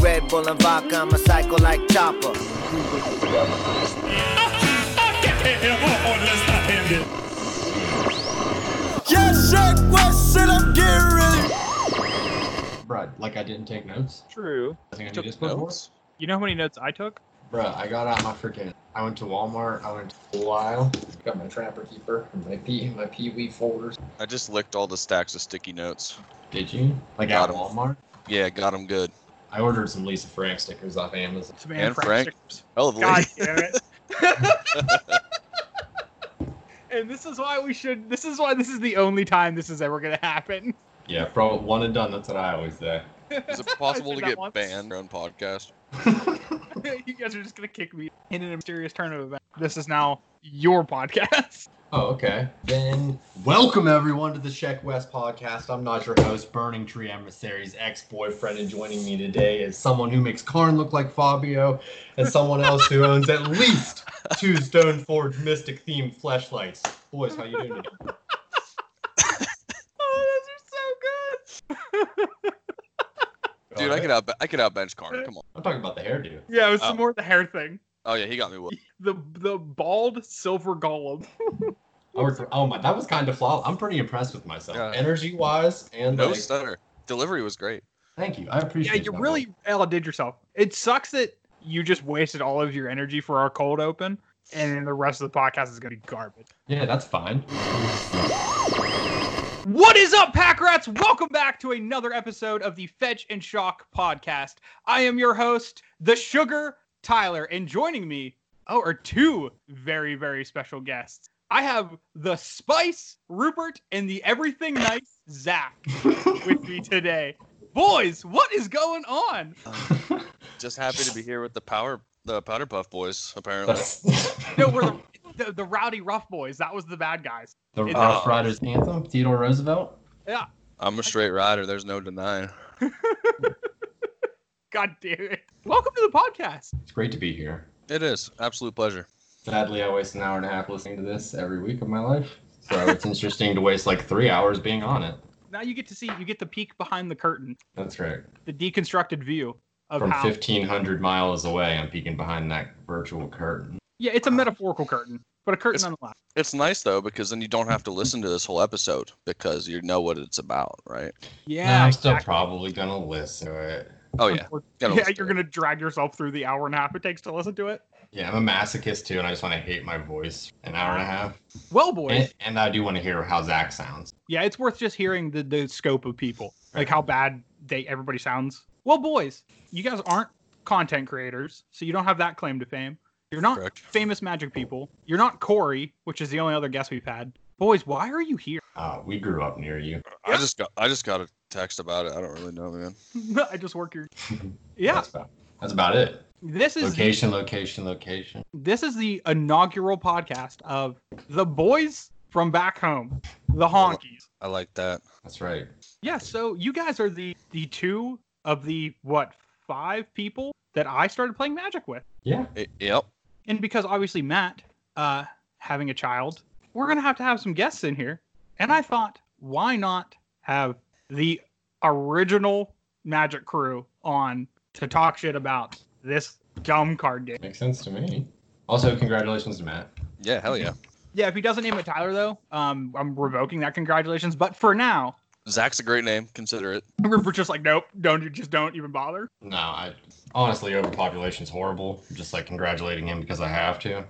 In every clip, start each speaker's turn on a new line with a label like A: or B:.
A: Red Bull and vodka, I'm a psycho like Chopper.
B: Yes, Shaq Weston, I'm getting ready.
C: Bruh, like I didn't take notes.
D: True.
C: I think I
D: took
C: did this before.
D: notes? You know how many notes I took?
C: Bruh, I got out my freaking. I went to Walmart. I went to Full Isle. Got my Trapper Keeper, and my P, my Pee Wee folders.
E: I just licked all the stacks of sticky notes.
C: Did you? Like
E: Got
C: out
E: 'em.
C: of Walmart.
E: Yeah, got them good.
C: I ordered some Lisa Frank stickers off Amazon.
D: Some Anne
E: And
D: Frank.
E: Frank.
D: stickers.
E: Hell of a
D: God
E: lick.
D: damn it. and this is why we should. This is why this is the only time this is ever gonna happen.
C: Yeah, bro, one and done. That's what I always say.
E: Is it possible
D: I
E: to
D: did that
E: get
D: once.
E: banned your own podcast?
D: you guys are just gonna kick me in a mysterious turn of events. This is now your podcast.
C: Oh, okay. Then welcome everyone to the Check West podcast. I'm not your host, Burning Tree Emissary's ex-boyfriend, and joining me today is someone who makes Karn look like Fabio, and someone else who owns at least two Stoneforge Mystic themed fleshlights. Boys, how you doing? Today?
D: Oh, those are so good.
E: Dude, I could out I could outbench Connor. Come on.
C: I'm talking about the hairdo.
D: yeah, it was
E: Oh.
D: some more of the hair thing.
E: Oh yeah, he got me. With.
D: The the bald silver golem.
C: I worked for, oh my, that was kind of flawless. I'm pretty impressed with myself,
E: Yeah.
C: energy wise, and
E: No
C: like,
E: stutter. Delivery was great.
C: thank you. I
D: Yeah,
C: appreciate.
D: you
C: that,
D: really outdid yourself. It sucks that you just wasted all of your energy for our cold open, and then the rest of the podcast is gonna be garbage.
C: man. Yeah, that's fine.
D: What is up, pack rats? Welcome back to another episode of the Fetch and Shock podcast. I am your host, the Sugar Tyler, and joining me, oh, are two very, very special guests. I have the Spice Rupert and the Everything Nice Zach with me today. Boys, what is going on?
E: Just happy to be here with the power the powder puff boys. Apparently,
C: That's
D: No, we're the, the, the Rowdy Rough Boys. That was the bad guys.
C: the
D: It's-
C: Rough Riders anthem, Theodore Roosevelt.
E: I'm a straight rider. There's no denying.
D: God damn it. Welcome to the podcast.
C: It's great to be here.
E: It is absolute pleasure.
C: Sadly, I waste an hour and a half listening to this every week of my life. So it's interesting to waste like three hours being on it.
D: Now you get to see, you get the peek behind the curtain,
C: That's right.
D: the deconstructed view of
C: From
D: how.
C: 1,500 miles away, I'm peeking behind that virtual curtain.
D: Yeah, it's a metaphorical curtain, but a curtain
E: It's-
D: nonetheless.
E: It's nice though because then you don't have to listen to this whole episode because you know what it's about, right?
D: Yeah,
C: I'm still
D: exactly.
C: probably going to listen to it.
E: Oh yeah, Gotta
D: yeah,
E: listen to
D: you're
E: it.
D: gonna drag yourself through the hour and a half it takes to listen to it.
C: Yeah, I'm a masochist too, and I just want to hate my voice an hour and a half.
D: Well, boys,
C: And, and I do want to hear how Zach sounds.
D: yeah, it's worth just hearing the the scope of people, like how bad they everybody sounds. Well, boys, you guys aren't content creators, so you don't have that claim to fame. You're not
E: Correct.
D: famous magic people. You're not Corey, which is the only other guest we've had. Boys, why are you here?
C: Uh, we grew up near you.
E: I just got I just got a text about it. I don't really know, man.
D: I just work your. Yeah,
C: That's about, that's about it.
D: this is
C: Location, location, location.
D: this is the inaugural podcast of the boys from back home, the honkies.
E: I like that.
C: That's right.
D: Yeah, so you guys are the the two of the what five people that I started playing Magic with,
C: Yeah.
E: It- yep.
D: and because obviously Matt, uh, having a child, we're gonna have to have some guests in here, and I thought why not have the original Magic crew on to talk shit about this dumb card game.
C: Makes sense to me. Also, congratulations to Matt.
E: Yeah. Hell yeah.
D: Yeah, if he doesn't name it Tyler though, um, I'm revoking that congratulations. But for now,
E: Zach's a great name. Consider it.
D: Rupert's just like, nope, don't you just don't even bother.
C: No, I honestly overpopulation's horrible. I'm just like congratulating him because I have to.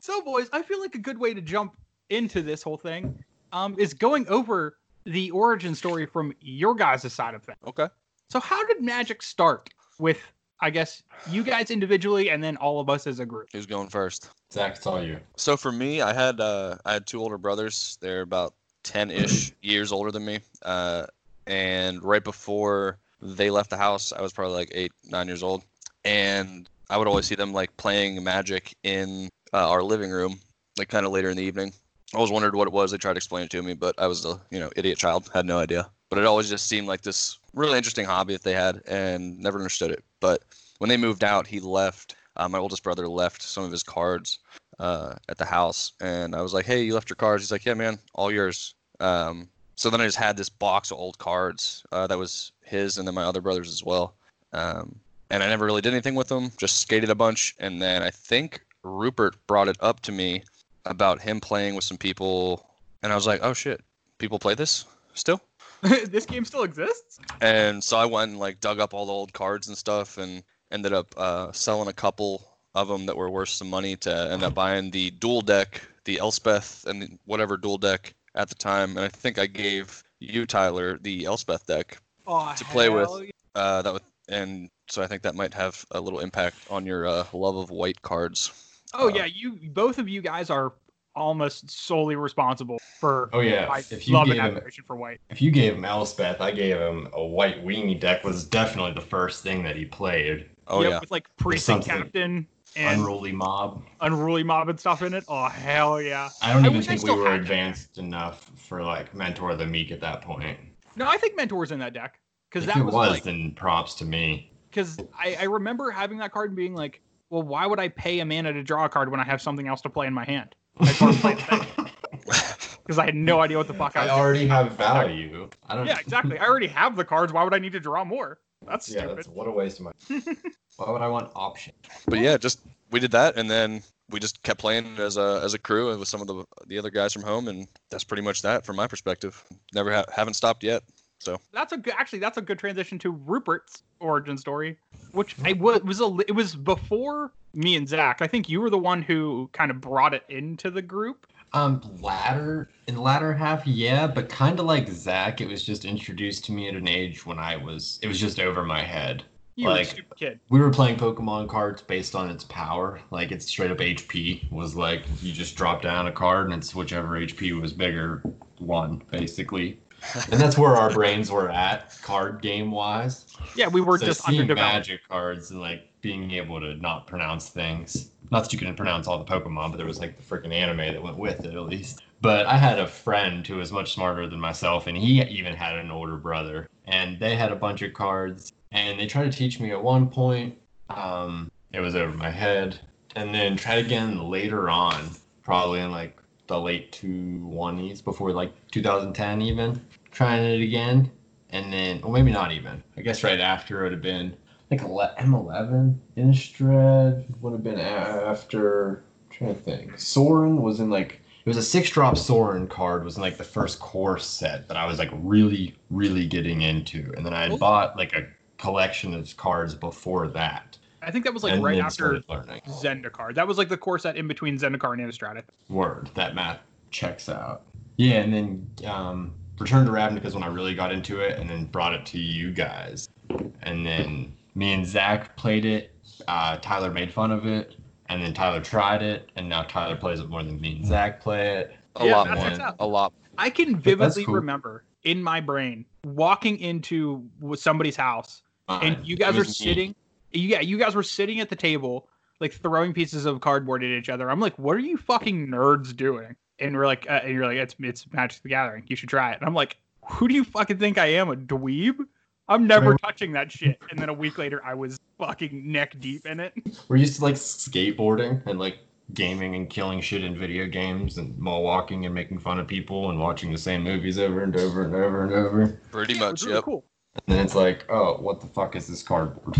D: So, boys, I feel like a good way to jump into this whole thing um, is going over the origin story from your guys' side of things.
E: Okay.
D: So, how did Magic start with, I guess, you guys individually and then all of us as a group?
E: Who's going first?
C: Zach, it's all you.
E: So for me, I had uh, I had two older brothers. They're about ten ish years older than me. Uh, and right before they left the house, I was probably like eight, nine years old. And I would always see them like playing Magic in uh, our living room, like kind of later in the evening. I always wondered what it was. They tried to explain it to me, but I was a you know idiot child, had no idea. But it always just seemed like this really interesting hobby that they had, and never understood it. But when they moved out, he left. Uh, my oldest brother left some of his cards uh, at the house, and I was like, "Hey, you left your cards." He's like, "Yeah, man, all yours." Um, so then I just had this box of old cards uh, that was his and then my other brothers as well. Um, and I never really did anything with them, just skated a bunch. And then I think Rupert brought it up to me about him playing with some people. And I was like, oh shit, people play this still?
D: this game still exists?
E: And so I went and like dug up all the old cards and stuff and ended up uh, selling a couple of them that were worth some money to end up buying the dual deck, the Elspeth and whatever dual deck at the time. And I think I gave you, Tyler, the Elspeth deck.
D: Oh,
E: To play with.
D: hell yeah.
E: Uh, that was, and so I think that might have a little impact on your uh, love of white cards.
D: Oh
E: Uh,
D: yeah, you both of you guys are almost solely responsible for
C: Oh, yeah.
D: my
C: If you
D: love and
C: gave him-
D: admiration for white.
C: If you gave him Elspeth, I gave him a white weenie deck. Was definitely the first thing that he played.
E: Oh
D: Yep,
E: yeah.
D: with like precinct
C: something.
D: captain and unruly.
C: Unruly mob.
D: mob and stuff in it. Oh hell yeah.
C: I don't
D: I
C: even
D: wish I
C: think we
D: still
C: were
D: had that.
C: advanced enough for like mentor of the meek at that point.
D: No, I think mentor's in that deck because
C: If
D: that
C: it
D: was,
C: was,
D: like
C: then props to me.
D: because I, I remember having that card and being like, well, why would I pay a mana to draw a card when I have something else to play in my hand? Because I had no idea what the fuck I
C: I
D: was. doing.
C: already have value. I don't.
D: Yeah, exactly. I already have the cards. Why would I need to draw more? That's
C: Yeah,
D: stupid.
C: that's what a waste of money. Why would I want option?
E: but yeah, just we did that, and then we just kept playing as a as a crew and with some of the the other guys from home, and that's pretty much that from my perspective. Never ha- haven't stopped yet.
D: that's a good actually that's a good transition to Rupert's origin story, which I wa- it was a li- it was before me and Zach. I think you were the one who kind of brought it into the group.
C: Um, latter in the latter half, yeah, but kind of like Zach, it was just introduced to me at an age when I was. It was just over my head.
D: You were a
C: Like-
D: stupid kid.
C: we were playing Pokemon cards based on its power. Like its straight up HP was like you just drop down a card and it's whichever HP was bigger won, basically. And that's where our brains were at, card game wise.
D: Yeah, we were
C: so
D: just
C: seeing
D: underdeveloped.
C: magic cards and like being able to not pronounce things. Not that you couldn't pronounce all the Pokemon, but there was like the freaking anime that went with it at least. But I had a friend who was much smarter than myself, and he even had an older brother, and they had a bunch of cards, and they tried to teach me at one point. Um, it was over my head, and then tried again later on, probably in like the late 20s, before like 2010 even, trying it again, and then well maybe not even i guess right after it would have been like ele- m11 instrad would have been after I'm trying to think soren was in like it was a six drop soren card was in like the first core set that i was like really really getting into and then i had
D: Cool.
C: bought like a collection of cards before that
D: I think that was like
C: and
D: right
C: then
D: after
C: started learning
D: Zendikar. That was like the core set in between Zendikar and Innistrad.
C: word that math checks out yeah and then um return to ravnica is when i really got into it and then brought it to you guys and then me and zach played it uh tyler made fun of it and then tyler tried it and now tyler plays it more than me and zach play it
E: A
D: Yeah,
E: lot
D: that
E: more.
D: checks out.
E: A lot.
D: I can vividly
C: cool.
D: remember in my brain walking into w- somebody's house
C: Fine.
D: and you
C: It
D: guys
C: was
D: are
C: me.
D: sitting yeah you guys were sitting at the table like throwing pieces of cardboard at each other i'm like what are you fucking nerds doing and we're like uh, and you're like it's it's magic the gathering you should try it and i'm like who do you fucking think i am a dweeb i'm never
C: Right.
D: touching that shit and then a week later i was fucking neck deep in it
C: we're used to like skateboarding and like gaming and killing shit in video games and mall walking and making fun of people and watching the same movies over and over and over and over and
E: Pretty
D: Yeah, it
E: much.
D: was really
E: yep.
D: cool
C: then it's like oh what the fuck is this cardboard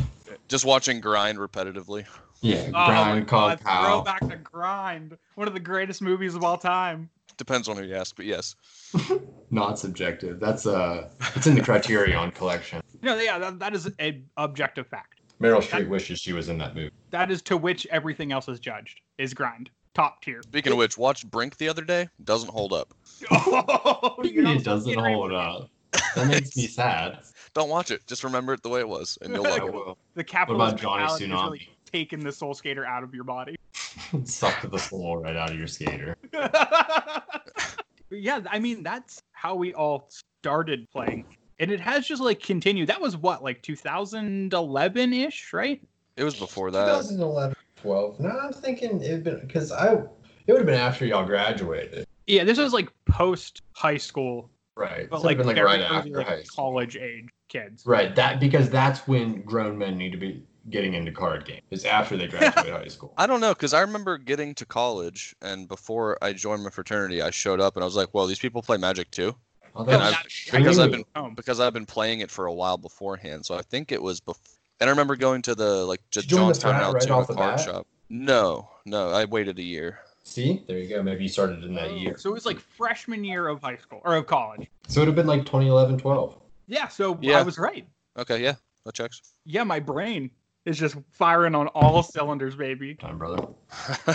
E: Just watching grind repetitively.
C: Yeah,
D: oh my
C: Brian
D: god
C: called Kyle.
D: throwback to grind one of the greatest movies of all time
E: Depends on who you ask, but yes.
C: Not subjective. That's uh, it's in the Criterion collection.
D: no yeah that, that is an objective fact
C: Meryl Streep wishes she was in that movie.
D: that is to which everything else is judged is grind top tier
E: Speaking of which, watched Brink the other day. Doesn't hold up.
D: Oh, you're not
C: it doesn't
D: kidding.
C: hold up. That makes me sad.
E: Don't watch it. Just remember it the way it was, and you'll
D: I
E: like
C: I
E: it.
C: will
D: The capitalist
C: Johnny
D: mentality
C: Tsunami?
D: has really taken the soul skater out of your body.
C: suck the soul right out of your skater.
D: yeah, I mean that's how we all started playing, and it has just like continued. That was what like 2011 ish, right?
E: It was before that.
C: 2011, 12. No, I'm thinking it'd been because I it would have been after y'all graduated,
D: Yeah, this was like post high school,
C: right?
D: but
C: It's
D: like,
C: been like
D: very
C: right
D: early,
C: after
D: like,
C: high school.
D: college age kids.
C: Right, that because that's when grown men need to be getting into card games. It's after they graduate high school.
E: I don't know, because I remember getting to college, and before I joined my fraternity, I showed up and I was like, "Well, these people play Magic too,"
C: Oh,
D: No,
E: And
C: that's
D: not-
E: I've- because I've
C: true.
E: been
D: home.
E: because I've been playing it for a while beforehand. So I think it was before. And I remember going to the like
C: Did
E: just
C: you join the
E: Johnstown
C: frat
E: out
C: right
E: to
C: off
E: a
C: the
E: card
C: bat?
E: shop. No, no, I waited a year.
C: See, there you go. Maybe you started in that year.
D: So it was like freshman year of high school or of college.
C: So it would have been like 2011, 12.
D: Yeah, so I
E: Yeah.
D: was right.
E: Okay, yeah, that checks.
D: Yeah, my brain is just firing on all cylinders, baby.
C: Time, brother.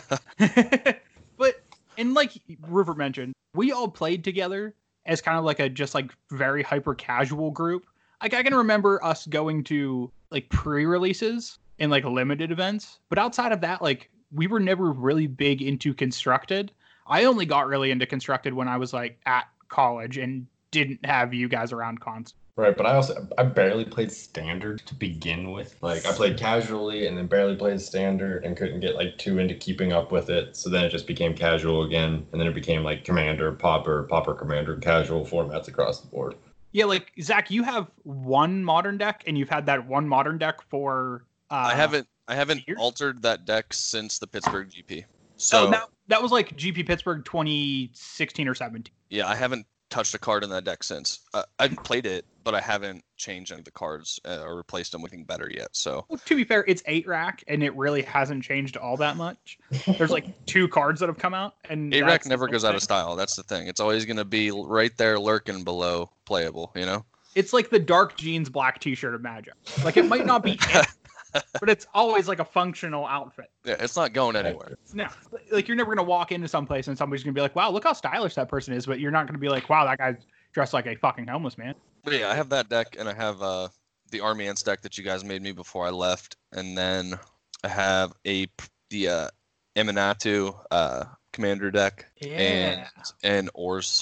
D: but and like Rupert mentioned, we all played together as kind of like a just like very hyper casual group. Like I can remember us going to like pre-releases and like limited events, but outside of that, like we were never really big into constructed. I only got really into constructed when I was like at college and didn't have you guys around cons.
C: Right, but I also I barely played standard to begin with. Like I played casually and then barely played standard and couldn't get like too into keeping up with it. So then it just became casual again, and then it became like commander, popper, popper commander, casual formats across the board.
D: Yeah, like Zach, you have one modern deck, and you've had that one modern deck for. Uh,
E: I haven't I haven't
D: years?
E: altered that deck since the Pittsburgh GP.
D: Oh, So
E: So
D: that, that was like GP Pittsburgh 2016 or 17.
E: yeah, I haven't touched a card in that deck since. Uh, I've played it, but I haven't changed any of the cards uh, or replaced them with anything better yet. So
D: Well, to be fair, it's eight rack, and it really hasn't changed all that much. There's like two cards that have come out, and
E: eight
D: that's
E: rack
D: the
E: never
D: whole
E: goes out of
D: thing.
E: style. That's the thing. It's always going to be l- right there, lurking below playable. You know.
D: It's like the dark jeans, black T-shirt of Magic. Like it might not be, it, but it's always like a functional outfit.
E: Yeah, it's not going anywhere.
D: No, like you're never gonna walk into someplace and somebody's gonna be like, "Wow, look how stylish that person is," but you're not gonna be like, "Wow, that guy's dressed like a fucking homeless man."
E: But yeah, I have that deck, and I have uh, the Army Ants deck that you guys made me before I left, and then I have a p- the uh, Eminatu uh, Commander deck and an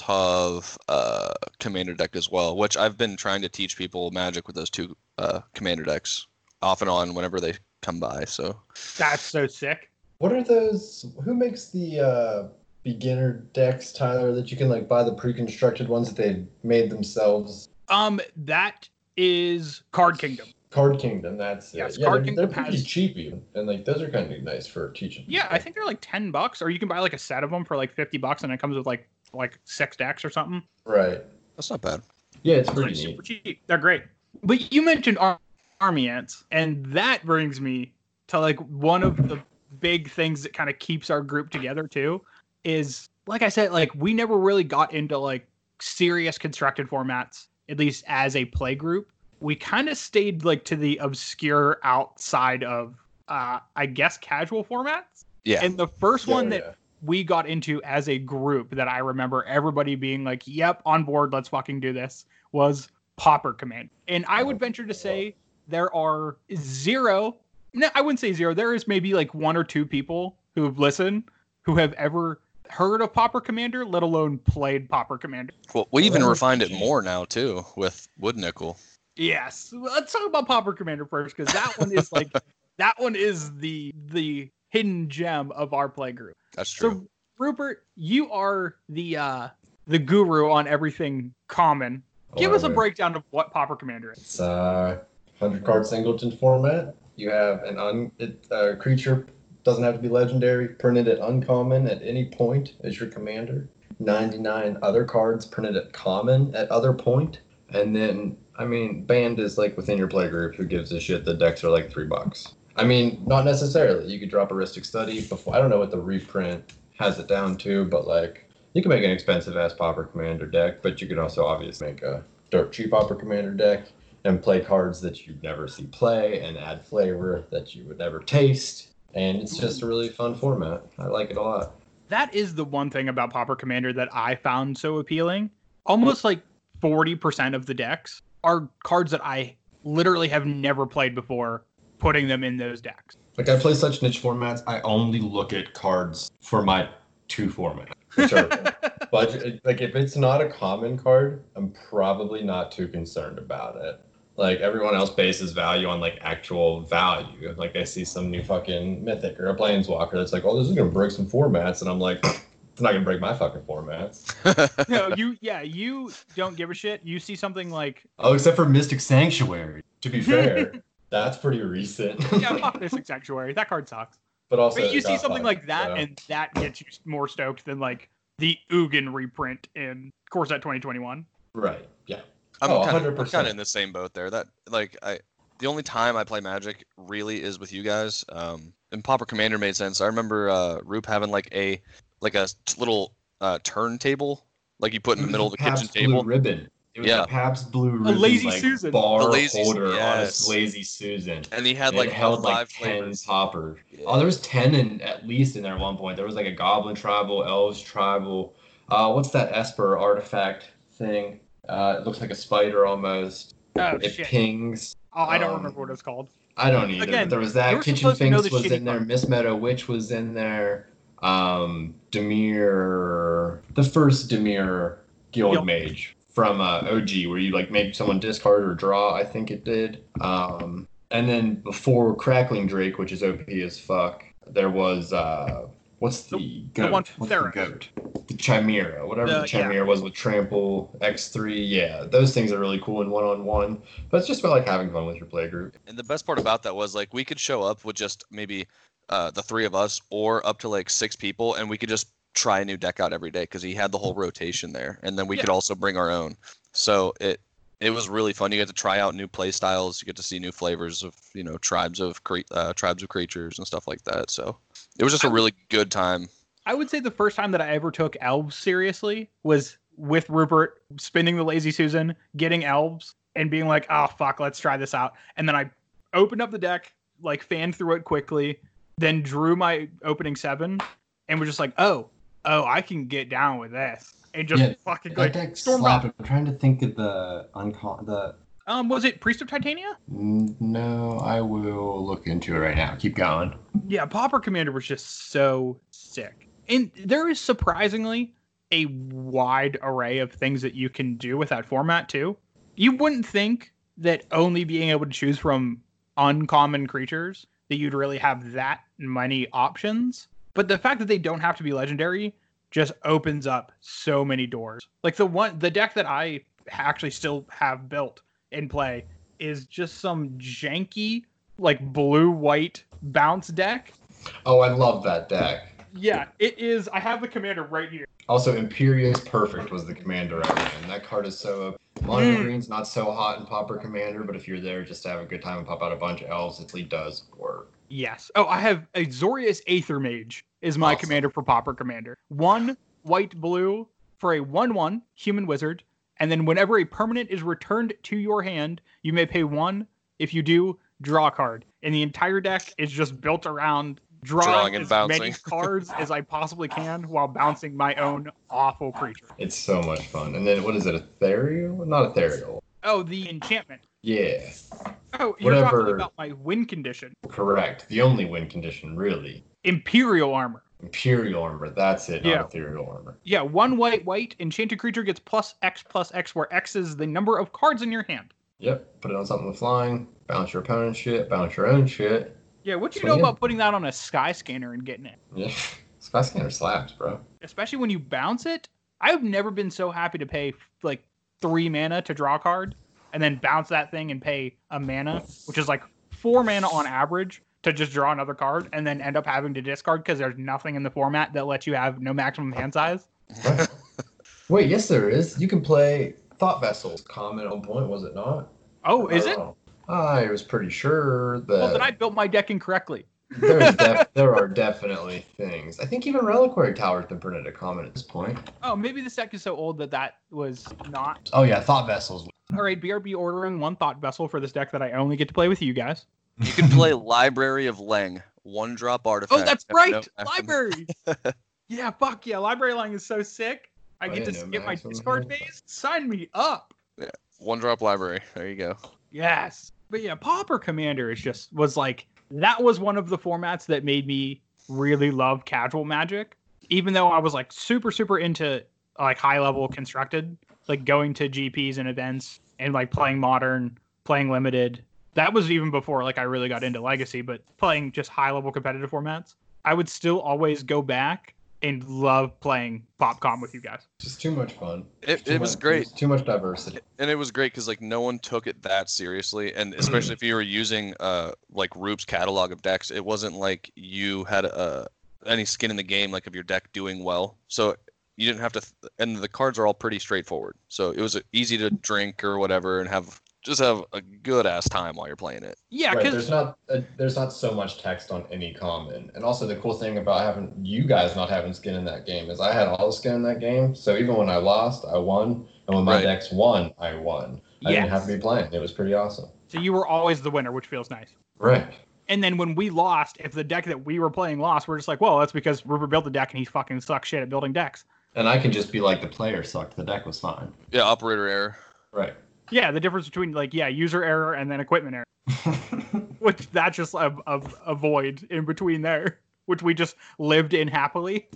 E: Orshov uh, Commander deck as well, which I've been trying to teach people Magic with those two uh, Commander decks off and on whenever they come by. So
D: that's so sick.
C: What are those? Who makes the uh, beginner decks, Tyler? That you can like buy the pre-constructed ones that they made themselves.
D: Um, that is Card Kingdom.
C: Card Kingdom, that's
D: it. Yes,
C: yeah,
D: Card
C: they're,
D: Kingdom
C: they're pretty
D: has-
C: cheap even, and like those are kind of nice for teaching.
D: Yeah,
C: people.
D: I think they're like ten bucks, or you can buy like a set of them for like fifty bucks, and it comes with like like six decks or something.
C: right.
E: that's not bad.
C: Yeah, it's
D: It's like
C: pretty neat.
D: super cheap. They're great. But you mentioned Ar- army ants, and that brings me to like one of the big things that kind of keeps our group together too. Is like I said, like we never really got into like serious constructed formats, at least as a play group. We kind of stayed like to the obscure outside of, uh, I guess, casual formats.
E: Yeah.
D: And the first
C: Yeah,
D: one that
C: yeah.
D: we got into as a group that I remember everybody being like, yep, on board, let's fucking do this, was Popper Command. And I would venture to say there are zero, no, I wouldn't say zero, there is maybe like one or two people who have listened who have ever heard of Popper Commander, let alone played Popper Commander.
E: Well, we even
C: Well,
E: refined it
C: geez.
E: more now too with Wood Nickel.
D: Yes. Let's talk about Popper Commander first, because that one is like, that one is the, the hidden gem of our play group.
E: That's true.
D: So Rupert, you are the uh the guru on everything common. Give us a
C: Alright.
D: breakdown of what Popper Commander is.
C: It's uh, hundred card singleton format. You have an un it, uh, creature doesn't have to be legendary. Printed at uncommon at any point as your commander. Ninety nine other cards printed at common at other point, and then I mean banned is like within your play group. Who gives a shit? The decks are like three bucks. I mean, not necessarily. You could drop a Ristic Study before. I don't know what the reprint has it down to, but like you can make an expensive ass Popper Commander deck, but you could also obviously make a dirt cheap Popper Commander deck and play cards that you'd never see play and add flavor that you would never taste. And it's just a really fun format. I like it a lot.
D: That is the one thing about Popper Commander that I found so appealing. Almost like 40% of the decks are cards that I literally have never played before, putting them in those decks.
C: Like I play such niche formats, I only look at cards for my two formats. Which are budget like if it's not a common card, I'm probably not too concerned about it. Like everyone else bases value on like actual value. Like I see some new fucking mythic or a planeswalker that's like, oh, this is gonna break some formats, and I'm like, it's not gonna break my fucking formats.
D: no, you yeah, you don't give a shit. You see something like
C: Oh, except for Mystic Sanctuary. To be fair, that's pretty recent.
D: yeah, fuck Mystic Sanctuary. That card sucks.
C: but also,
D: But you
C: it
D: see
C: got
D: something
C: fucked,
D: like that,
C: so.
D: and that gets you more stoked than like the Ugin reprint in Corset 2021.
C: Right. Yeah.
E: I'm
C: Oh,
E: kind of
C: 100%.
E: in the same boat there. That like I the only time I play Magic really is with you guys. Um, and Popper Commander made sense. I remember uh, Roop having like a like a t- little uh, turntable like you put in the middle of the
C: Pabst
E: kitchen table.
C: Blue ribbon. It was
E: Yeah.
C: a Pabst Blue ribbon.
D: Lazy
C: like,
D: Susan.
C: Bar
E: The Lazy-
C: holder on a
E: yes.
C: lazy Susan.
E: And he had
C: And
E: like
C: it held like
E: five
C: ten
E: flavors.
C: topper.
E: Yeah.
C: Oh, there was ten in at least in there at one point. There was like a goblin tribal, elves tribal. Uh, what's that Esper artifact thing? Uh, it looks like a spider almost.
D: Oh
C: it
D: shit!
C: pings.
D: Oh, I don't
C: um,
D: remember what it's called.
C: I don't either.
D: Again,
C: but there was
D: you
C: that.
D: were
C: Kitchen
D: supposed to know
C: Finks
D: the
C: was
D: shitty
C: in there.
D: part.
C: Miss Meadow Witch was in there. Um, Demir, the first Demir Guild
D: Guild.
C: Mage from uh, OG, where you like made someone discard or draw. I think it did. Um, and then before Crackling Drake, which is OP as fuck, there was uh, what's the, goat?
D: one from
C: what's the
D: Theros.
C: goat? The Chimera, whatever
D: The-
C: the Chimera was with Trample X three. Yeah, those things are really cool in one on one. But it's just about like having fun with your playgroup.
E: And the best part about that was like we could show up with just maybe uh, the three of us or up to like six people, and we could just try a new deck out every day because he had the whole rotation there, and then we could also bring our own. So it it was really fun. You get to try out new play styles. You get to see new flavors of you know tribes of cre- uh, tribes of creatures and stuff like that. So it was just a really good time.
D: I would say the first time that I ever took elves seriously was with Rupert spinning the Lazy Susan, getting elves, and being like, "Oh fuck, let's try this out." And then I opened up the deck, like fanned through it quickly, then drew my opening seven, and was just like, "Oh, oh, I can get down with this," and just
C: Yeah,
D: fucking
C: I
D: like
C: think
D: storm
C: slap.
D: rock.
C: I'm trying to think of the uncon the.
D: Um, was it Priest of Titania?
C: N- No, I will look into it right now. Keep going.
D: Yeah, Popper Commander was just so sick. And there is surprisingly a wide array of things that you can do with that format too. You wouldn't think that only being able to choose from uncommon creatures that you'd really have that many options, but the fact that they don't have to be legendary just opens up so many doors. Like the one the deck that I actually still have built and play is just some janky like blue white bounce deck
C: Oh, I love that deck.
D: yeah, it is. I have the commander right here.
C: Also, Imperious Perfect was the commander I ran. That card is so up. Mono
D: Mm.
C: Green's not so hot in Popper Commander, but if you're there just to have a good time and pop out a bunch of elves, it really does work.
D: Yes. Oh, I have Azorius Aether Mage is my
C: Awesome.
D: commander for Popper Commander. One white blue for a one-one human wizard, and then whenever a permanent is returned to your hand, you may pay one. If you do, draw a card, and the entire deck is just built around drawing,
E: Drawing and
D: as many
E: bouncing.
D: cards as I possibly can while bouncing my own awful creature.
C: It's so much fun. And then what is it, Ethereal? Not Ethereal.
D: Oh, the enchantment.
C: Yeah,
D: Oh, you're talking
C: Whatever.
D: about my win condition.
C: correct. The only win condition, really.
D: Imperial armor.
C: Imperial Armor. That's it,
D: Yeah.
C: not Ethereal Armor.
D: Yeah, one white, white, enchanted creature gets plus X plus X, where X is the number of cards in your hand.
C: Yep. Put it on something with flying. Bounce your opponent's shit. Bounce your own shit.
D: Yeah, what you
C: So,
D: know
C: yeah.
D: about putting that on a sky scanner and getting it?
C: Yeah. Sky scanner slaps, bro.
D: Especially when you bounce it. I've never been so happy to pay like three mana to draw a card and then bounce that thing and pay a mana, which is like four mana on average to just draw another card and then end up having to discard because there's nothing in the format that lets you have no maximum hand size.
C: Wait, yes, there is. You can play Thought Vessels. Comment on point, was it not?
D: Oh, is it?
C: I was pretty sure that
D: Well, then I built my deck incorrectly.
C: there's def- there are definitely things. I think even Reliquary Tower's been printed a comment at this point.
D: Oh, maybe this deck is so old that that was not
C: Oh yeah, Thought Vessels.
D: All right, BRB ordering one thought vessel for this deck that I only get to play with you guys.
E: You could play Library of Leng, one drop artifact.
D: Oh, that's
E: Never know
D: right,
E: after-
D: library. yeah, fuck yeah, library line is so sick. I
C: Oh,
D: get
C: yeah,
D: to
C: no
D: get my
C: maximum
D: discard
C: hand.
D: phase. Sign me up.
E: One drop library. There you go.
D: Yes, but yeah, Popper Commander is just was like that was one of the formats that made me really love casual Magic. Even though I was like super super into like high level constructed, like going to GPs and events and like playing modern, playing limited. That was even before like I really got into legacy, but playing just high level competitive formats, I would still always go back and love playing PopCom with you guys.
C: Just too much fun.
E: It,
C: Too
E: it was
C: much-
E: great.
C: Too much diversity.
E: and it was great because like no one took it that seriously and especially if you were using uh like roop's catalog of decks it wasn't like you had uh any skin in the game like of your deck doing well so you didn't have to, th- and the cards are all pretty straightforward. So it was uh, easy to drink or whatever, and have just have a good ass time while you're playing it.
D: Yeah,
C: right,
D: because
C: there's not uh, there's not so much text on any common, and also the cool thing about having you guys not having skin in that game is I had all the skin in that game, so even when I lost, I won, and when my
E: Right.
C: decks won, I won. I
D: Yes.
C: didn't have to be playing. It was pretty awesome.
D: so you were always the winner, which feels nice.
C: Right.
D: And then when we lost, if the deck that we were playing lost, we're just like, well, that's because Rupert built the deck and he fucking sucks shit at building decks.
C: And I can just be like the player sucked. The deck was fine.
E: Yeah, operator error.
C: Right.
D: Yeah, the difference between like yeah, user error and then equipment error, which that's just a, a, a void in between there, which we just lived in happily.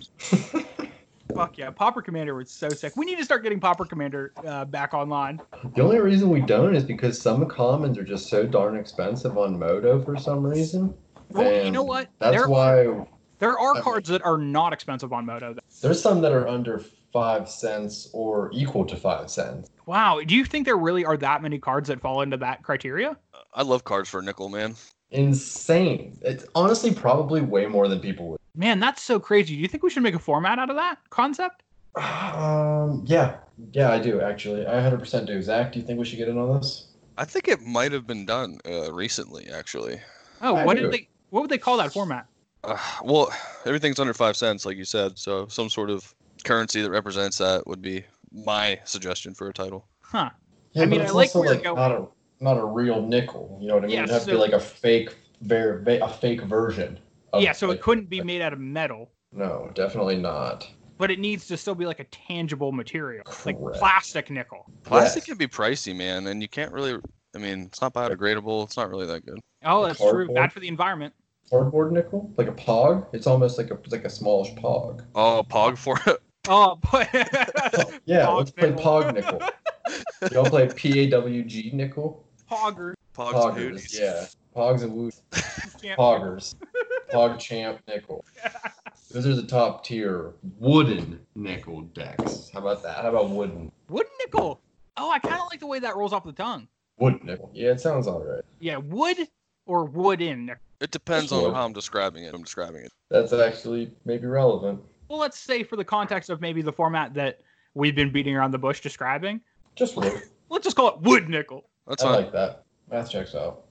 D: Fuck yeah, Popper Commander was so sick. We need to start getting Popper Commander uh, back online.
C: the only reason we don't is because some commons are just so darn expensive on Modo for some reason.
D: Well, you know
C: And
D: what?
C: That's
D: There-
C: why
D: There are
C: Okay.
D: cards that are not expensive on Moto. Though.
C: there's some that are under five cents or equal to five cents.
D: Wow, do you think there really are that many cards that fall into that criteria?
E: I love cards for a nickel, man.
C: insane. It's honestly probably way more than people would.
D: Man, that's so crazy. Do you think we should make a format out of that concept?
C: Um, yeah, yeah, I do actually. I 100% do. Zach, do you think we should get in on this?
E: I think it might have been done uh, recently, actually.
D: Oh,
C: I
D: what
C: do.
D: did they? What would they call that format?
E: Uh, well, everything's under five cents, like you said. So some sort of currency that represents that would be my suggestion for a title.
D: Huh?
C: Yeah,
D: I mean,
C: but it's
D: I like
C: also
D: where you're
C: like
D: going.
C: not a not a real nickel. You know what I mean?
D: Yeah,
C: It'd have to be
D: so-
C: like a fake, ver- va- a fake version. Of,
D: yeah, so
C: Oh, like-
D: it couldn't be made out of metal,
C: No, definitely not.
D: but it needs to still be like a tangible material, like
C: Correct.
D: plastic nickel.
E: Plastic
C: Yes.
E: can be pricey, man, and you can't really. I mean, it's not biodegradable. It's not really that good.
D: Oh,
C: Like
D: that's true.
C: cardboard?
D: Bad for the environment.
C: Cardboard nickel, like a pog. It's almost like a like a smallish pog.
E: Oh, pog for it.
D: Oh, but
C: Yeah,
D: Pog
C: let's play
D: nickel.
C: pog nickel. Y'all play P A W G nickel.
D: Pogger.
E: Pog's
C: Poggers,
E: cooties.
C: yeah. Pogs and woos.
D: You can't-
C: Poggers. Pog Champ Nickel. Those are the top tier wooden nickel decks. How about that? How about wooden?
D: Wood nickel. Oh, I kind of like the way that rolls off the tongue.
C: Wooden nickel. Yeah, it sounds all right.
D: Yeah, wood or wooden. nickel.
E: It depends
C: Sure.
E: on how I'm describing it. I'm describing it.
C: That's actually maybe relevant.
D: Well, let's say for the context of maybe the format that we've been beating around the bush describing,
C: Just look.
D: let's just call it wood nickel.
E: That's
C: I
E: fine.
C: like that. Math checks out.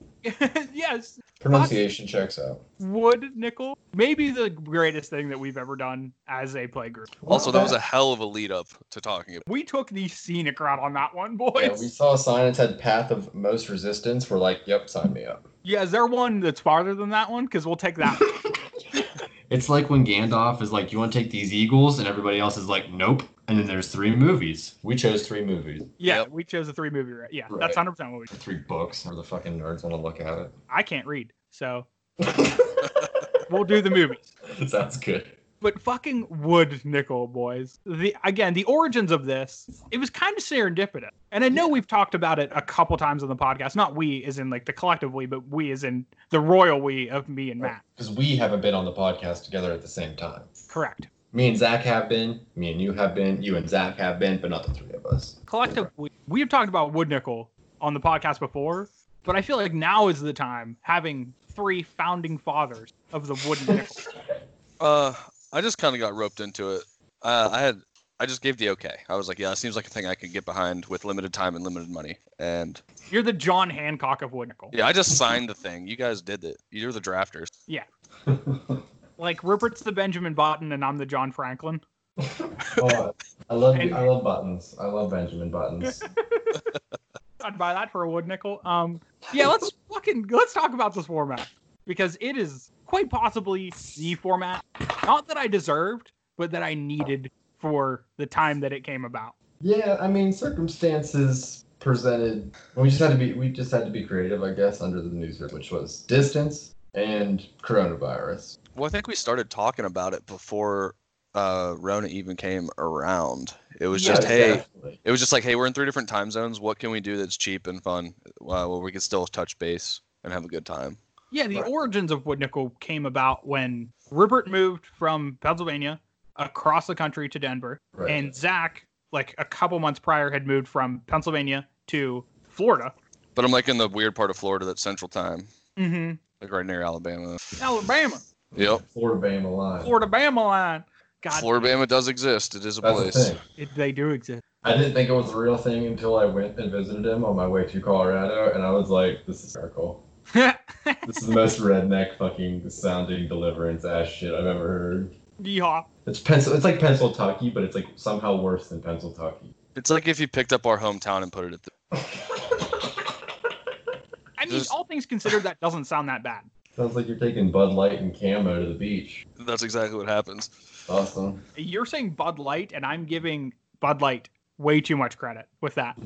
D: yes,
C: Pronunciation checks out.
D: wood nickel. Maybe the greatest thing that we've ever done as a play group.
E: also, that was a
C: Not
E: hell of a lead up to talking about.
D: We took the scenic route on that one,
C: bad.
D: boys.
C: Yeah, we saw a sign that said Path of Most Resistance. We're like, yep, sign me up.
D: Yeah, is there one that's farther than that one? Because we'll take that. one.
C: It's like when Gandalf is like, you want to take these eagles? And everybody else is like, nope. And then there's three movies. We chose three movies.
D: Yeah,
E: Yep.
D: we chose a three movie. Right? Yeah, that's
C: Right.
D: hundred percent what we.
C: three books or the fucking nerds want to look at
D: I can't read, so
C: it.
D: we'll do the movies.
C: Sounds good.
D: But fucking wood nickel, boys. The again, the origins of this, it was kind of serendipitous, and I know we've talked about it a couple times on the podcast. Not we, as in like the collective we, but we, as in the royal we of me and Matt.
C: Because we haven't been on the podcast together at the same time.
D: Correct.
C: Me and Zach have been, me and you have been, you and Zach have been, but not the three of us.
D: collective we, we've talked about wood nickel on the podcast before but i feel like now is the time having three founding fathers of the wood nickel
E: Uh, I just kind of got roped into it. Uh, I had, I just gave the okay. I was like, yeah, it seems like a thing I could get behind with limited time and limited money. And
D: you're the john hancock of wood nickel
E: yeah, I just signed the thing. You guys did it. You're the drafters.
D: like rupert's the benjamin button and i'm the john franklin
C: Oh, I love
D: And-
C: I love buttons. I love Benjamin Buttons.
D: i'd buy that for a wood nickel um yeah let's fucking let's talk about this format because it is quite possibly the format not that i deserved but that i needed for the time that it came about
C: yeah, I mean circumstances presented. We just had to be. We just had to be creative, I guess, under the news, which was distance and coronavirus.
E: Well, I think we started talking about it before uh, Rona even came around. It was
D: Yeah,
E: just, hey,
C: definitely.
E: it was just like, hey, we're in three different time zones. What can we do that's cheap and fun? Uh, Well, where we can still touch base and have a good time.
D: Yeah, the
C: Right.
D: origins of Wood Nickel came about when Rupert moved from Pennsylvania across the country to Denver,
C: Right.
D: and Zach, like a couple months prior, had moved from Pennsylvania to Florida.
E: But I'm like in the weird part of Florida that's central time,
D: Mm-hmm.
E: like right near Alabama.
D: Alabama,
E: Yep.
C: Florida Bama line.
D: Florida Bama line. God,
E: Floor Bama does exist. It is a
C: That's the
E: place.
C: thing.
D: it, they do exist.
C: I didn't think it was a real thing until I went and visited him on my way to Colorado, and I was like, "This is miracle. This is the most redneck fucking sounding deliverance ass shit I've ever heard."
D: Yeehaw.
C: It's pencil. It's like Pennsylvania, but it's like somehow worse than Pennsylvania.
E: It's like if you picked up our hometown and put it at the.
D: I mean,
E: Just-
D: all things considered, that doesn't sound that bad.
C: Sounds like you're taking Bud Light and Camo to the beach.
E: That's exactly what happens.
C: Awesome.
D: You're saying Bud Light, and I'm giving Bud Light way too much credit with that.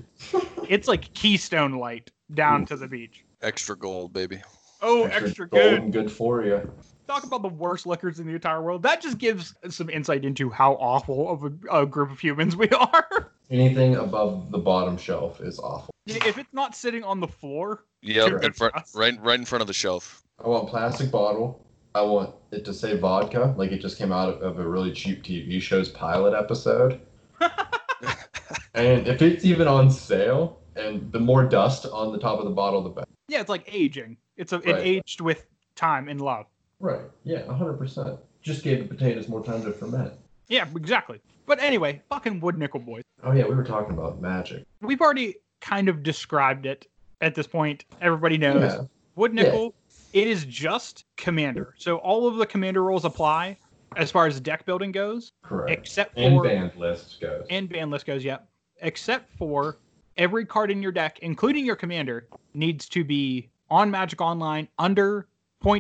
D: it's like Keystone Light down to the beach.
E: Extra gold, baby.
D: Oh, extra,
C: gold
D: good.
C: and good for you.
D: Talk about the worst liquors in the entire world. That just gives some insight into how awful of a, a group of humans we are.
C: Anything above the bottom shelf is awful.
D: if it's not sitting on the floor,
E: Yep, in
D: Correct.
E: front, right, right in front of the shelf.
C: I want plastic bottle. I want it to say vodka, like it just came out of, of a really cheap TV show's pilot episode. and if it's even on sale, and the more dust on the top of the bottle, the better.
D: yeah, it's like aging. It's a, it
C: Right.
D: aged with time and love.
C: Right. Yeah, 100%. Just gave the potatoes more time to ferment.
D: Yeah, exactly. But anyway, fucking wood nickel boys.
C: Oh, yeah, we were talking about magic.
D: We've already kind of described it at this point. Everybody knows.
C: Yeah.
D: Wood
C: Yeah.
D: Nickel, it is just commander. So all of the commander rules apply as far as deck building goes,
C: Correct.
D: except for
C: And band list goes.
D: and ban list goes, yep. Except for every card in your deck, including your commander, needs to be on Magic Online under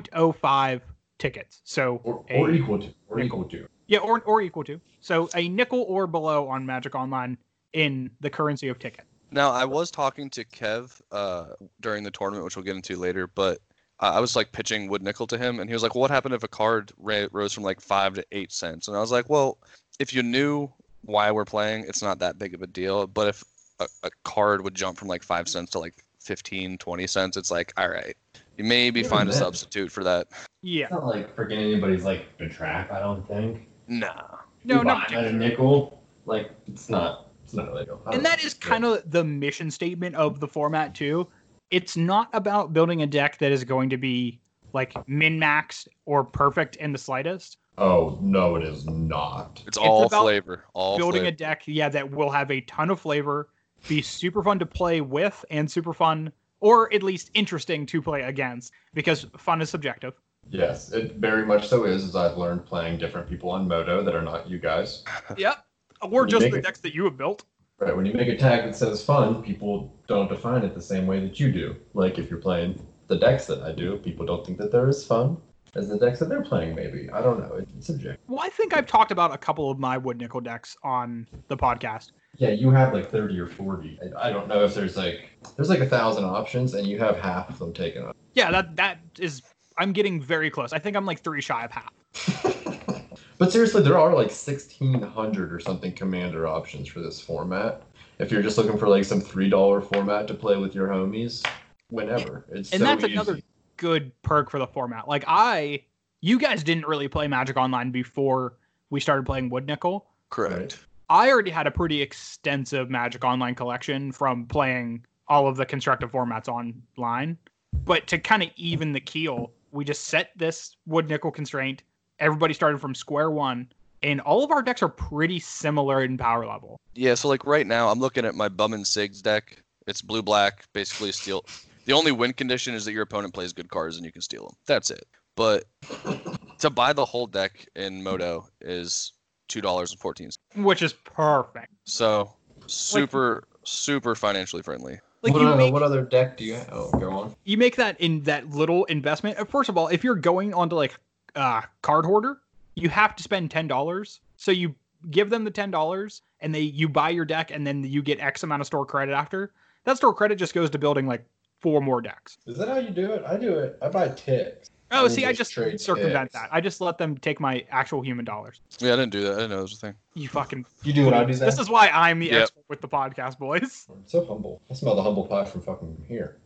D: 0.05 tickets. So
C: or,
D: a-
C: or equal to. Or
D: nickel.
C: equal to.
D: yeah, or or equal to. So a nickel or below on Magic Online in the currency of ticket.
E: Now, I was talking to Kev uh, during the tournament, which we'll get into later, but uh, I was like pitching Wood Nickel to him, and he was like, "What happened if a card ra- rose from like five to eight cents?" And I was like, "Well, if you knew why we're playing, it's not that big of a deal. But if a, a card would jump from like five cents to like 15, 20 cents, it's like, all right, you maybe
C: Even
E: find a
C: then.
E: substitute for that."
D: Yeah.
C: It's not like freaking anybody's like the trap, I don't think.
E: Nah,
D: No,
C: You
D: no.
C: buy 'em at a nickel. Like, it's not. It's not illegal. I don't
D: and that is
C: Yeah.
D: kind of the mission statement of the format too. It's not about building a deck that is going to be like min maxed or perfect in the slightest.
C: Oh no, it is not.
E: it's all
D: about
E: flavor, all
D: building
E: flavor.
D: a deck, yeah, that will have a ton of flavor, be super fun to play with, and super fun, or at least interesting to play against, because fun is subjective.
C: Yes, it very much so is. As I've learned playing different people on Moto that are not you guys.
D: Yep. Or
C: You
D: just
C: make
D: the
C: it.
D: decks that you have built.
C: Right. When you make a tag that says fun, people don't define it the same way that you do. Like if you're playing the decks that I do, people don't think that there is fun as the decks that they're playing. Maybe I don't know. It's subjective.
D: Well, I think I've talked about a couple of my wood nickel decks on the podcast.
C: Yeah, you have like thirty or forty. I- I don't know if there's like there's like a thousand options, and you have half of them taken up.
D: Yeah, that that is I'm getting very close. I think I'm like three shy of half.
C: But seriously, there are like 1,600 or something commander options for this format. If you're just looking for like some $3 format to play with your homies, whenever. It's
D: and
C: so
D: that's
C: easy.
D: another good perk for the format. Like I, you guys didn't really play Magic Online before we started playing Wood Nickel.
E: Correct.
C: Right.
D: I already had a pretty extensive Magic Online collection from playing all of the constructive formats online. But to kind of even the keel, we just set this Wood Nickel constraint. Everybody started from square one, and all of our decks are pretty similar in power level.
E: Yeah, so like right now, I'm looking at my Bum and Sigs deck. It's blue black, basically steal. The only win condition is that your opponent plays good cards and you can steal them. That's it. But to buy the whole deck in Moto is two dollars and fourteen.
D: Which is perfect.
E: So super, super financially friendly.
D: Like
C: what,
D: you
C: other,
D: make-
C: what other deck do you have? Oh, go on.
D: you make that in that little investment. Uh, First of all, if you're going onto like uh card hoarder, you have to spend ten dollars. So you give them the ten dollars and they you buy your deck and then you get X amount of store credit after. That store credit just goes to building like four more decks.
C: Is that how you do it? I do it. I buy ticks.
D: Oh,
C: Or
D: see, I just
C: just trade
D: circumvent
C: picks.
D: that. I just let them take my actual human dollars.
E: Yeah, I didn't do that. I didn't know it was a thing.
D: You fucking.
C: You do what I do, Zach?
D: This is why I'm the
E: Yep.
D: expert with the podcast, boys.
C: I'm so humble. I smell the humble pie from fucking here.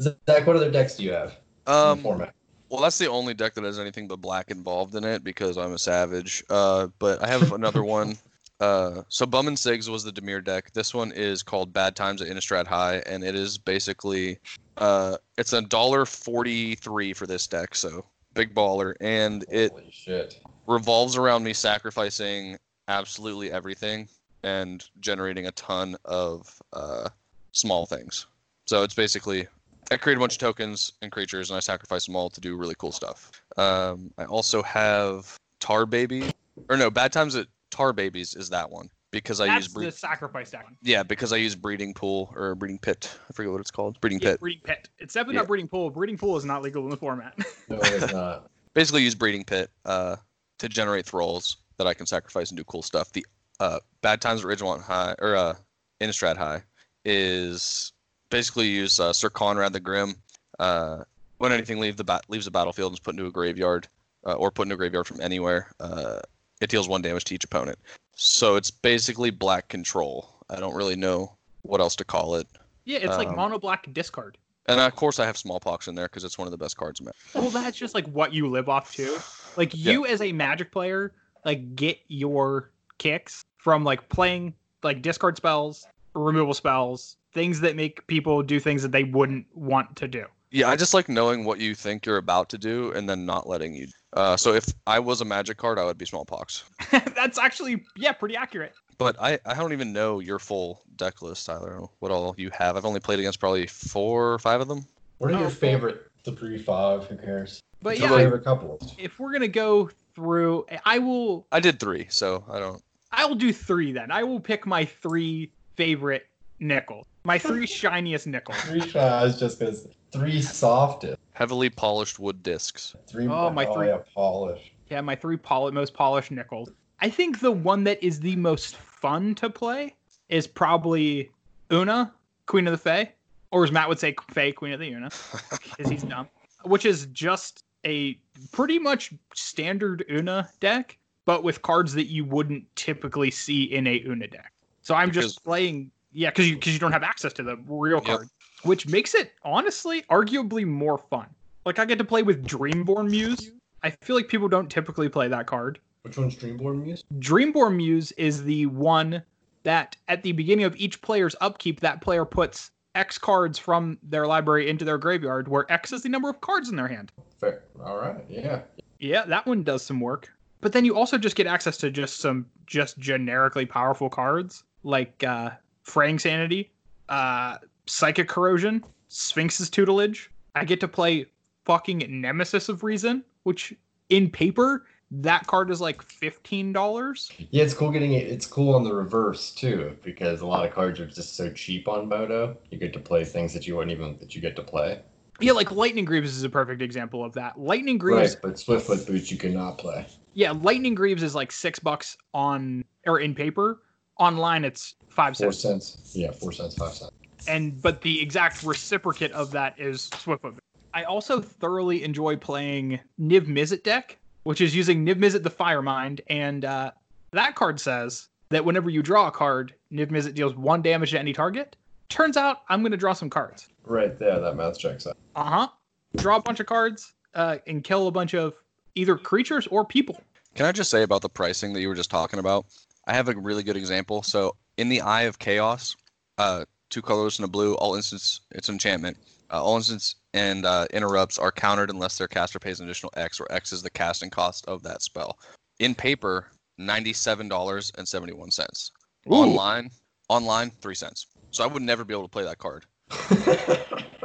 C: Zach, what other decks do you have? in the
E: Um,
C: format.
E: Well, that's the only deck that has anything but black involved in it because I'm a savage. Uh, but I have another one. Uh, so Bum and Sigs was the Demir deck. This one is called Bad Times at Innistrad High, and it is basically uh, it's a dollar forty three for this deck. So big baller, and it
C: Holy shit.
E: revolves around me sacrificing absolutely everything and generating a ton of uh, small things. So it's basically I create a bunch of tokens and creatures, and I sacrifice them all to do really cool stuff. Um, I also have Tar Baby, or no, Bad Times at Tar Babies is that one because I
D: That's
E: use
D: the
E: breed.
D: sacrifice deck.
E: Yeah, because I use breeding pool or breeding pit. I forget what it's called. Breeding
D: Yeah,
E: pit.
D: breeding pit. It's definitely
E: Yeah.
D: not breeding pool. Breeding pool is not legal in the format.
C: No, it's not.
E: basically use breeding pit uh, to generate thralls that I can sacrifice and do cool stuff. The uh, bad times at Ridgemont High or uh, Innistrad High is basically use uh, Sir Conrad the Grim. Uh, when anything leave the bat- leaves the battlefield and is put into a graveyard uh, or put into a graveyard from anywhere, uh, it deals one damage to each opponent. So it's basically black control. I don't really know what else to call it.
D: yeah, it's like
E: Um,
D: mono black discard.
E: And of course, I have smallpox in there because it's one of the best cards. in Magic.
D: Well, that's just like what you live off too. Like
E: Yeah.
D: you as a magic player, like get your kicks from like playing like discard spells, removal spells, things that make people do things that they wouldn't want to do.
E: Yeah, I just like knowing what you think you're about to do and then not letting you. Uh, so if I was a magic card, I would be smallpox.
D: that's actually yeah, pretty accurate.
E: But I, I don't even know your full deck list, Tyler. I don't know What all you have? I've only played against probably four or five of them.
C: What are
D: Oh.
C: your favorite three, five? Who cares?
D: But
C: What's
D: yeah,
C: your
D: I-
C: favorite couple.
D: if we're gonna go through, I will
E: I did three, so I don't.
D: I'll do three then. I will pick my three favorite nickels. My three shiniest nickels.
C: Three. I was just gonna say three softest.
E: Heavily polished wood discs.
C: Three.
D: Oh, my three.
C: yeah, polish.
D: Yeah, my three poli- most polished nickels. I think the one that is the most fun to play is probably Una, Queen of the Fae, or as Matt would say, Fae, Queen of the Una, because he's dumb. Which is just a pretty much standard Una deck, but with cards that you wouldn't typically see in a Una deck. So I'm
E: Because-
D: just playing, yeah, because you because you don't have access to the real
E: Yep.
D: card, which makes it honestly arguably more fun. Like I get to play with Dreamborn Muse. I feel like people don't typically play that card.
C: Which one's Dreamborn Muse?
D: Dreamborn Muse is the one that at the beginning of each player's upkeep, that player puts X cards from their library into their graveyard, where X is the number of cards in their hand.
C: Fair. All right. Yeah.
D: Yeah, that one does some work. But then you also just get access to just some just generically powerful cards like uh Frang Sanity, uh Psychic Corrosion, Sphinx's Tutelage. I get to play fucking Nemesis of Reason, which in paper, that card is like fifteen dollars.
C: Yeah, it's cool getting it. It's cool on the reverse too, because a lot of cards are just so cheap on Moto. You get to play things that you wouldn't even that you get to play.
D: Yeah, like Lightning Greaves is a perfect example of that. Lightning Greaves
C: Right, but Swiftfoot Boots you cannot play.
D: yeah, Lightning Greaves is like six bucks on or in paper. Online it's five
C: Four
D: cents.
C: cents. Yeah, four cents, five cents.
D: and but the exact reciprocate of that is Swiftfoot. I also thoroughly enjoy playing Niv Mizzet deck, which is using Niv Mizzet the Firemind, and uh, that card says that whenever you draw a card, Niv Mizzet deals one damage to any target. Turns out I'm going to draw some cards.
C: Right there, that math checks out.
D: Uh huh. Draw a bunch of cards uh, and kill a bunch of either creatures or people.
E: Can I just say about the pricing that you were just talking about? I have a really good example. So in the Eye of Chaos, uh, two colors and a blue. All instants, it's enchantment. Uh, all instants and uh, interrupts are countered unless their caster pays an additional X, or X is the casting cost of that spell. In paper, ninety-seven dollars and seventy-one cents. Online, online, three cents. So I would never be able to play that card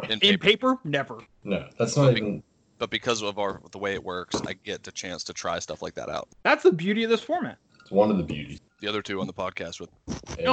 E: in paper.
D: In paper, never.
C: no, that's not even.
E: but because of our the way it works, I get the chance to try stuff like that out.
D: That's the beauty of this format.
C: It's one of the beauties.
E: The other two on the podcast with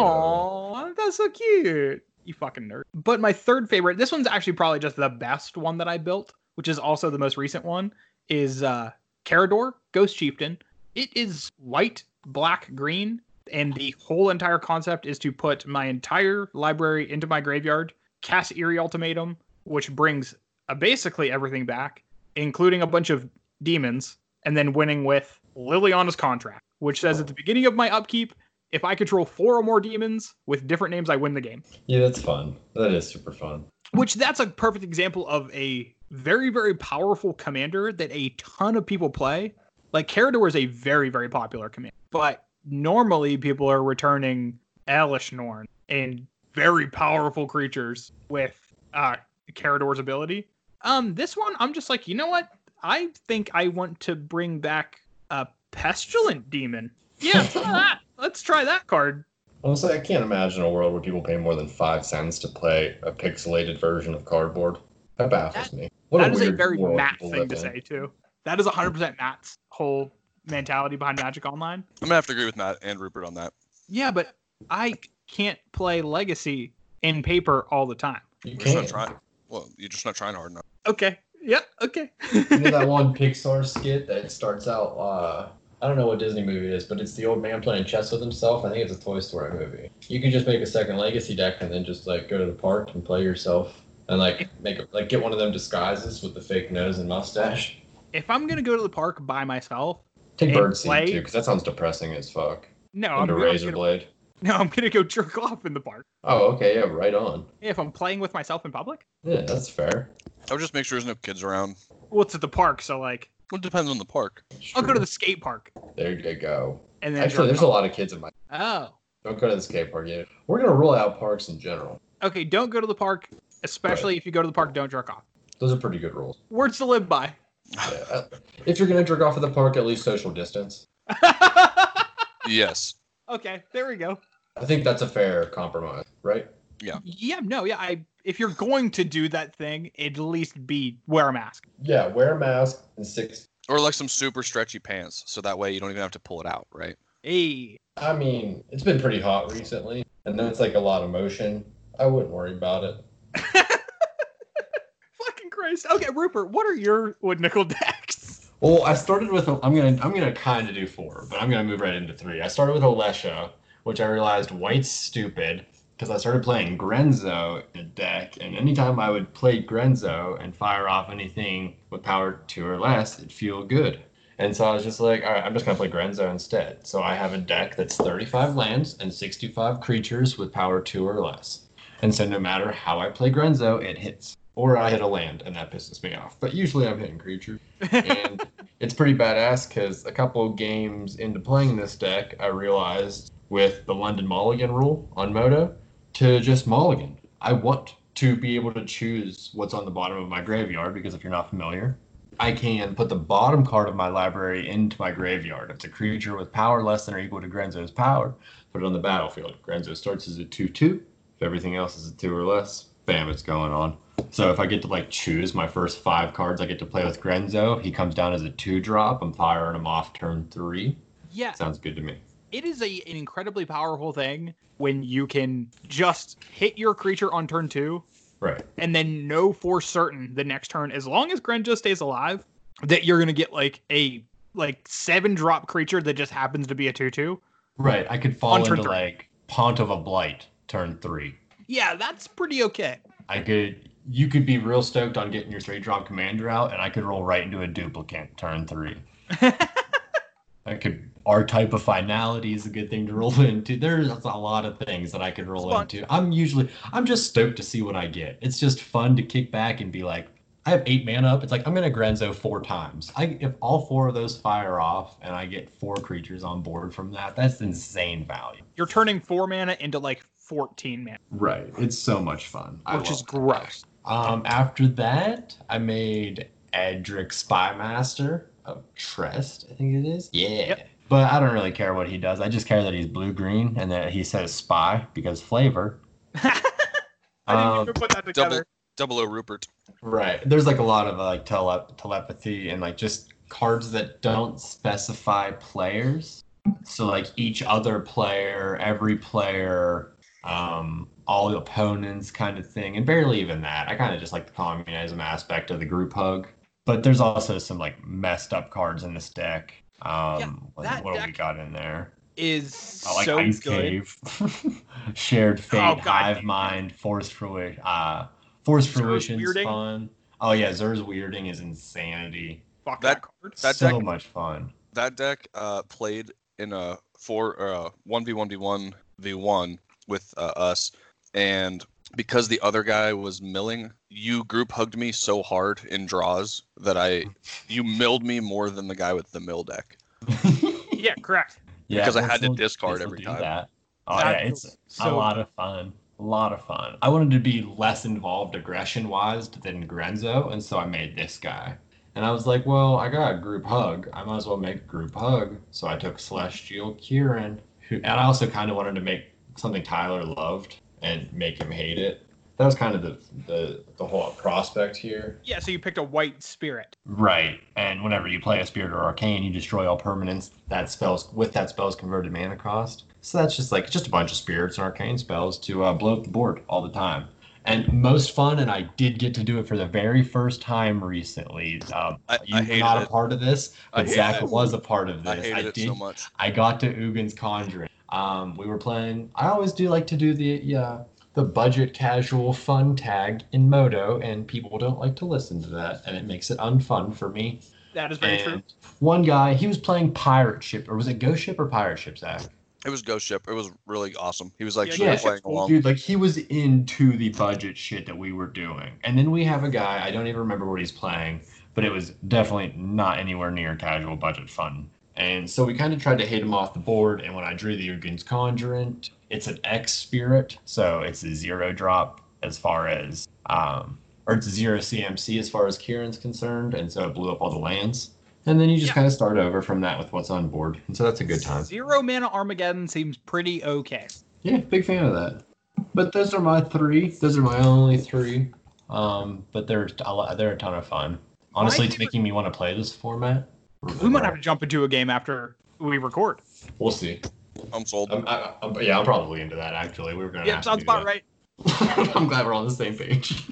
D: Oh, that's so cute. You fucking nerd. But my third favorite, this one's actually probably just the best one that I built, which is also the most recent one, is uh Carador, Ghost Chieftain. It is white, black, green, and the whole entire concept is to put my entire library into my graveyard, cast Eerie Ultimatum, which brings uh, basically everything back, including a bunch of demons, and then winning with Liliana's Contract, which says at the beginning of my upkeep, if I control four or more demons with different names, I win the game.
C: Yeah, that's fun. That is super fun.
D: Which that's a perfect example of a very, very powerful commander that a ton of people play. Like Carador is a very, very popular commander, but normally people are returning Elishnorn and very powerful creatures with uh Carador's ability. Um, this one I'm just like, you know what? I think I want to bring back uh Pestilent Demon. Yeah, try that. let's try that card.
B: Honestly, I can't imagine a world where people pay more than five cents to play a pixelated version of cardboard. That baffles me. What
D: that is a
B: weird
D: very
B: world
D: Matt
B: people
D: thing
B: live
D: to
B: in.
D: say too. That is 100% Matt's whole mentality behind Magic Online.
E: I'm gonna have to agree with Matt and Rupert on that.
D: Yeah, but I can't play Legacy in paper all the time.
B: You
E: You're just not
B: can't.
E: trying. Well, you're just not trying hard enough.
D: Okay. Yeah. Okay.
B: you know that one Pixar skit that starts out. Uh, I don't know what Disney movie it is, but it's the old man playing chess with himself. I think it's a Toy Story movie. You can just make a second Legacy deck and then just like go to the park and play yourself and like make a, like get one of them disguises with the fake nose and mustache.
D: if I'm gonna go to the park by myself,
B: Take
D: And
B: bird seed
D: play-
B: too, because that sounds depressing as fuck.
D: no, Oh, I'm
B: And a
D: gonna,
B: razor blade.
D: no, I'm gonna go jerk off in the park.
B: Oh, okay, yeah, right on.
D: If I'm playing with myself in public,
B: Yeah, that's fair.
E: I would just make sure there's no kids around.
D: well, it's at the park, so like,
E: Well, it depends on the park.
D: I'll go to the skate park
B: There you go.
D: and then.
B: Actually,
D: jerk
B: there's a lot of kids in my.
D: off. Oh,
B: Don't go to the skate park yet. We're gonna rule out parks in general.
D: Oh, okay. Don't go to the park, especially if you go to the park. Don't jerk off.
B: Those are pretty good rules.
D: Words to live by.
B: Yeah. If you're gonna jerk off at the park, at least social distance.
E: Yes.
D: okay, there we go.
B: I think that's a fair compromise, right?
D: Yeah, no, yeah. I if you're going to do that thing, at least be wear a mask.
B: Yeah, wear a mask and six.
E: Or like some super stretchy pants, so that way you don't even have to pull it out, right?
D: Hey,
B: I mean, it's been pretty hot recently, and then it's like a lot of motion. I wouldn't worry about it.
D: fucking Christ. Okay, Rupert, what are your wood nickel decks?
C: Well, I started with I'm gonna I'm gonna kind of do four, but I'm gonna move right into three. I started with Olesha, which I realized white's stupid because I started playing Grenzo in a deck, and anytime I would play Grenzo and fire off anything with power two or less, it'd feel good. And so I was just like, all right, I'm just gonna play Grenzo instead. So I have a deck that's 35 lands and 65 creatures with power two or less. And so no matter how I play Grenzo, it hits. Or I hit a land, and that pisses me off. But usually I'm hitting creatures and it's pretty badass because a couple of games into playing this deck, I realized with the London Mulligan rule on Moto to just Mulligan. I want to be able to choose what's on the bottom of my graveyard because if you're not familiar, I can put the bottom card of my library into my graveyard. It's a creature with power less than or equal to Grenzo's power. Put it on the battlefield. Grenzo starts as a 2 2. If everything else is a 2 or less, bam, it's going on. So if I get to like choose my first five cards I get to play with Grenzo, he comes down as a two drop. I'm firing him off turn three.
D: Yeah,
C: Sounds good to me.
D: it is a, an incredibly powerful thing when you can just hit your creature on turn two
C: Right.
D: and then know for certain the next turn, as long as Grenjo stays alive, that you're gonna get like a like seven drop creature that just happens to be a two two.
C: Right. I could
D: On
C: fall
D: turn
C: into
D: three.
C: like Pont of a Blight turn three.
D: Yeah, that's pretty okay.
C: I could you could be real stoked on getting your three drop commander out and I could roll right into a duplicate turn three. I could our type of finality is a good thing to roll into. There's a lot of things that I could roll
D: It's fun.
C: into. I'm usually I'm just stoked to see what I get. It's just fun to kick back and be like, I have eight mana up. It's like I'm gonna Grenzo four times. I if all four of those fire off and I get four creatures on board from that, that's insane value.
D: You're turning four mana into like fourteen mana,
C: Right. It's so much fun. I
D: which is
C: love it.
D: gross.
C: Um, after that, I made Edric Spymaster of Trest, I think it is. Yeah.
D: Yep.
C: But I don't really care what he does. I just care that he's blue green and that he says spy because flavor.
D: I didn't
C: Um,
D: even put that together.
E: Double, double O Rupert.
C: Right. There's like a lot of uh, like tele- telepathy and like just cards that don't specify players. So like each other player, every player, um, all opponents kind of thing, and barely even that. I kind of just like the communism aspect of the group hug. But there's also some like messed up cards in this deck. Um, what,
D: that
C: what do we
D: deck-
C: got in there?
D: Is
C: I like
D: so
C: Ice
D: good. Oh,
C: Cave, Shared Fate,
D: God
C: Hive
D: damn.
C: Mind, Force Fruition. Uh, Force
D: Zer's
C: Fruition's
D: Weirding?
C: fun. Oh yeah, Zer's Weirding is insanity.
D: Fuck that,
E: That-
D: card.
E: That
C: so
E: deck-
C: much fun.
E: That deck uh, played in a four or a one v one v one v one with uh, us, and because the other guy was milling, you group hugged me so hard in draws that I you milled me more than the guy with the mill deck.
D: Yeah, correct.
C: Yeah,
E: Because I had to
C: Force will-
E: discard
C: Force will
E: every
C: do
E: time.
C: That. Oh
D: That
C: yeah,
D: feels
C: it's
D: so
C: a lot of fun. A lot of fun. I wanted to be less involved aggression wise than Grenzo, and so I made this guy. And I was like, well, I got a group hug. I might as well make a group hug. So I took Celestial Kieran, who, and I also kind of wanted to make something Tyler loved and make him hate it. That was kind of the the, the whole prospect here.
D: Yeah, so you picked a white spirit.
C: Right. And whenever you play a spirit or arcane, you destroy all permanents that spells with that spell's converted mana cost. So that's just like just a bunch of spirits and arcane spells to uh, blow up the board all the time. And most fun, and I did get to do it for the very first time recently. Um,
E: I- I
C: you were
E: hated
C: not a
E: it.
C: part of this,
E: I
C: but
E: hated
C: Zach
E: it.
C: was a part of this.
E: I hated it
C: did
E: so much.
C: I got to Ugin's Conjuring. Um, we were playing. I always do like to do the yeah the budget casual fun tag in Modo, and people don't like to listen to that, and it makes it unfun for me.
D: That is very true.
C: And One guy, he was playing pirate ship, or was it ghost ship or pirate ship, Zach?
E: It was Ghost Ship. It was really awesome. He was like
D: Yeah,
E: sort of
C: Ghost
E: playing
D: Ship's cool,
E: along.
C: Dude, like he was into the budget shit that we were doing. And then we have a guy, I don't even remember what he's playing, but it was definitely not anywhere near casual budget fun. And so we kind of tried to hit him off the board. And when I drew the Ugin's Conjurant, it's an X spirit. So it's a zero drop as far as, um, or it's zero CMC as far as Kieran's concerned. And so it blew up all the lands. And then you just
D: Yeah.
C: kind of start over from that with what's on board. And so that's a good time.
D: Zero mana Armageddon seems pretty okay.
C: Yeah, big fan of that. But those are my three. Those are my only three. Um, but they're a lot, they're a ton of fun. Honestly, it's
D: favorite-
C: making me want to play this format.
D: We might have to jump into a game after we record.
C: We'll see.
E: I'm sold.
C: I'm, I, I'm, yeah, I'm probably into that. Actually, we were gonna.
D: Yep,
C: have
D: sounds
C: to do
D: about
C: that.
D: right.
C: I'm glad we're on the same page.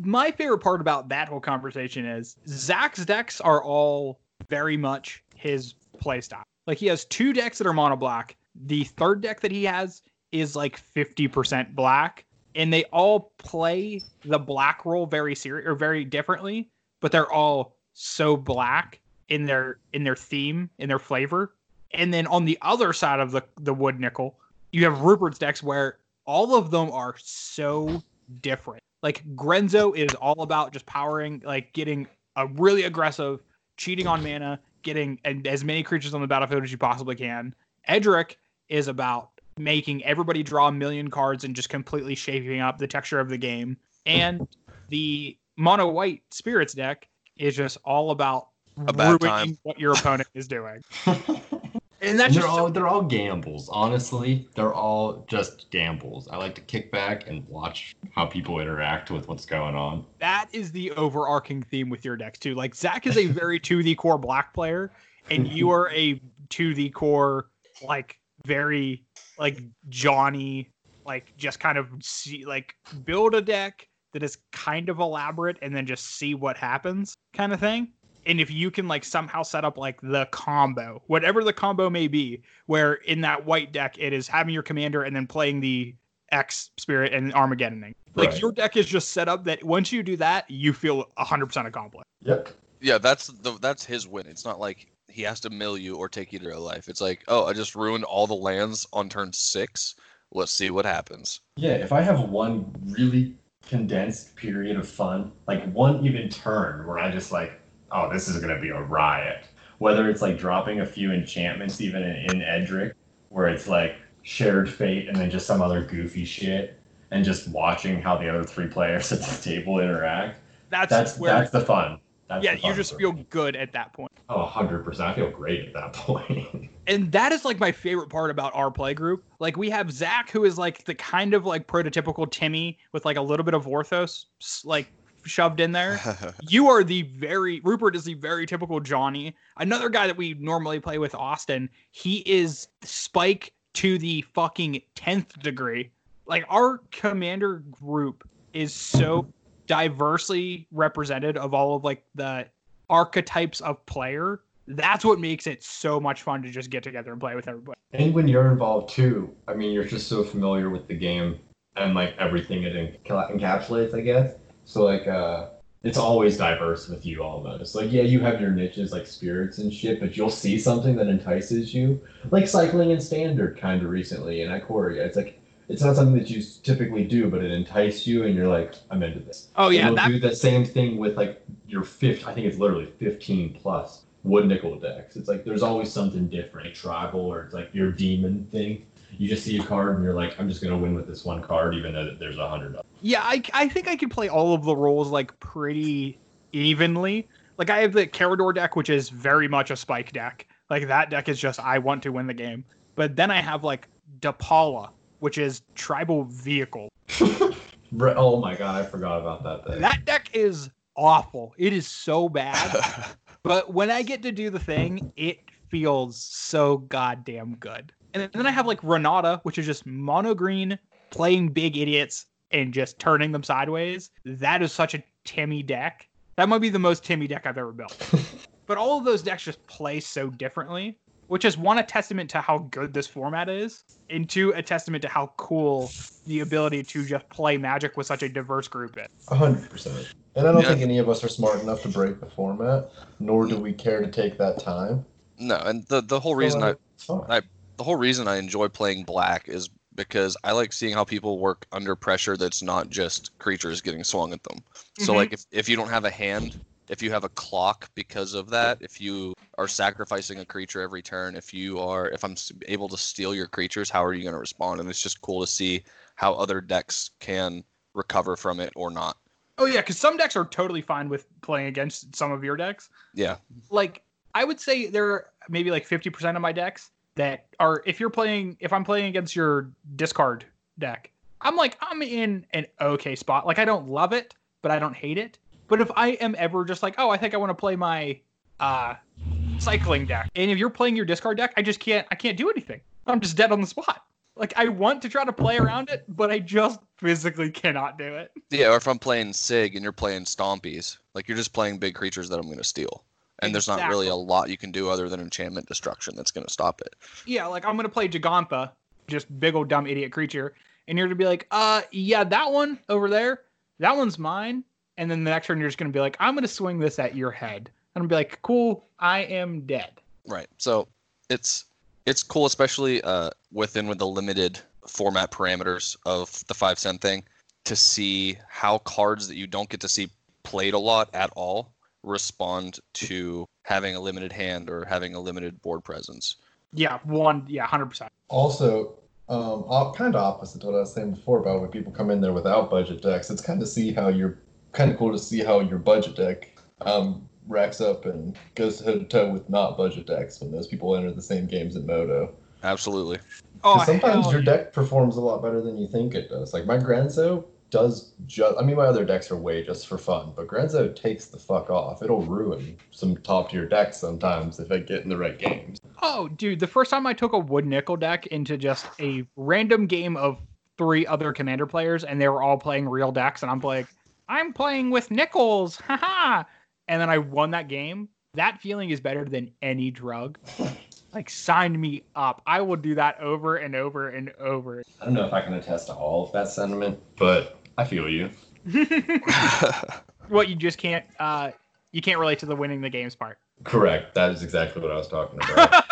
D: my favorite part about that whole conversation is Zach's decks are all very much his playstyle. Like he has two decks that are mono black. The third deck that he has is like 50% black, and they all play the black role very serious or very differently, but they're all so black in their in their theme, in their flavor. And then on the other side of the the wood nickel, you have Rupert's decks where all of them are so different. Like Grenzo is all about just powering, like getting a really aggressive, cheating on mana, getting an, as many creatures on the battlefield as you possibly can. Edric is about making everybody draw a million cards and just completely shaping up the texture of the game. And the mono white spirits deck is just all about
E: A bad
D: ruining
E: time.
D: what your opponent is doing.
C: and
D: And that's
C: they're
D: just so-
C: all they're all gambles. Honestly, they're all just gambles. I like to kick back and watch how people interact with what's going on.
D: that is the overarching theme with your decks too. Like Zach is a very to the core black player, and you are a to the core like very like Johnny, like just kind of see like build a deck that is kind of elaborate and then just see what happens kind of thing. And if you can like somehow set up like the combo, whatever the combo may be, where in that white deck it is having your commander and then playing the X spirit and Armageddoning. Like
C: Right.
D: your deck is just set up that once you do that, you feel 100% accomplished.
C: Yep.
E: Yeah, that's the that's his win. It's not like he has to mill you or take you to a life. It's like, oh, I just ruined all the lands on turn six. Let's see what happens.
C: Yeah, if I have one really condensed period of fun, like one even turn where I just like, oh, this is gonna be a riot. Whether it's like dropping a few enchantments even in, in Edric, where it's like shared fate and then just some other goofy shit, and just watching how the other three players at the table interact.
D: That's,
C: That's
D: where
C: that's the fun. That's
D: yeah,
C: the fun
D: you just
C: for
D: feel
C: me.
D: good at that point.
C: oh, 100 percent. I feel great at that point.
D: And that is like my favorite part about our play group. Like we have Zach who is like the kind of like prototypical Timmy with like a little bit of Orthos s- like shoved in there. you are the very Rupert is the very typical Johnny. Another guy that we normally play with, Austin. He is Spike to the fucking tenth degree. Like our commander group is so diversely represented of all of like the archetypes of player. That's what makes it so much fun to just get together and play with everybody.
C: And when you're involved too, I mean, you're just so familiar with the game and like everything it enca- encapsulates, I guess. So like, uh, it's always diverse with you almost. Like, yeah, you have your niches like spirits and shit, but you'll see something that entices you, like cycling and standard kind of recently in Ikoria. It's like it's not something that you s- typically do, but it entices you, and you're like, I'm into this.
D: Oh yeah,
C: You'll
D: that
C: do the same thing with like your fifth. I think it's literally fifteen plus wood nickel decks. It's like there's always something different, like tribal or it's like your demon thing. You just see a card and you're like, I'm just gonna win with this one card, even though there's a hundred.
D: Yeah, I, I think I can play all of the roles like pretty evenly. Like I have the Carador deck, which is very much a spike deck. Like that deck is just I want to win the game. But then I have like Dapala, which is tribal vehicle.
C: Re- Oh my god, I forgot about that thing.
D: That deck is awful. It is so bad. But when I get to do the thing, it feels so goddamn good. And then I have like Renata, which is just mono green, playing big idiots and just turning them sideways. That is such a Timmy deck. That might be the most Timmy deck I've ever built. but all of those decks just play so differently, which is one, a testament to how good this format is, and two, a testament to how cool the ability to just play magic with such a diverse group is.
C: A hundred percent. And I don't
E: Yeah.
C: think any of us are smart enough to break the format, nor do we care to take that time.
E: no, and the the whole reason I
C: So, it's fine.
E: I- the whole reason I enjoy playing black is because I like seeing how people work under pressure that's not just creatures getting swung at them. So
D: Mhm.
E: like if, if you don't have a hand, if you have a clock because of that, if you are sacrificing a creature every turn, if you are if I'm s- able to steal your creatures, how are you going to respond? And it's just cool to see how other decks can recover from it or not.
D: Oh, yeah, because some decks are totally fine with playing against some of your decks.
E: Yeah.
D: like I would say there are maybe like 50% of my decks that are if you're playing if I'm playing against your discard deck, I'm like I'm in an okay spot. Like I don't love it, but I don't hate it. But if I am ever just like, oh, I think I want to play my uh cycling deck. And if you're playing your discard deck, I just can't I can't do anything. I'm just dead on the spot. Like I want to try to play around it, but I just physically cannot do it.
E: Yeah, or if I'm playing Sig and you're playing Stompies, like you're just playing big creatures that I'm going to steal. And there's not really a lot you can do other than enchantment destruction that's going to stop it.
D: yeah, like I'm gonna play Gigantha, just big old dumb idiot creature, and you're gonna be like, uh, yeah, that one over there, that one's mine. And then the next turn, you're just gonna be like, I'm gonna swing this at your head, and I'm be like, cool, I am dead.
E: Right. So it's it's cool, especially uh, within with the limited format parameters of the five cent thing, to see how cards that you don't get to see played a lot at all respond to having a limited hand or having a limited board presence.
D: Yeah, one, yeah, hundred percent.
C: also, um, kind of opposite to what I was saying before about when people come in there without budget decks. It's kind of see how your kind of cool to see how your budget deck um, racks up and goes head to toe with not budget decks when those people enter the same games in Moto.
E: Absolutely.
D: Oh,
C: sometimes
D: hell
C: your
D: yeah.
C: deck performs a lot better than you think it does. Like my Granzo does just I mean my other decks are way just for fun, but Granzo takes the fuck off. It'll ruin some top tier decks sometimes if I get in the right games.
D: Oh, dude, the first time I took a wood nickel deck into just a random game of three other commander players, and they were all playing real decks, and I'm like, I'm playing with nickels, haha. And then I won that game. That feeling is better than any drug. Like, sign me up. I will do that over and over and over.
C: I don't know if I can attest to all of that sentiment, but I feel you.
D: What you just can't, uh, you can't relate to the winning the games part.
C: Correct. That is exactly what I was talking about.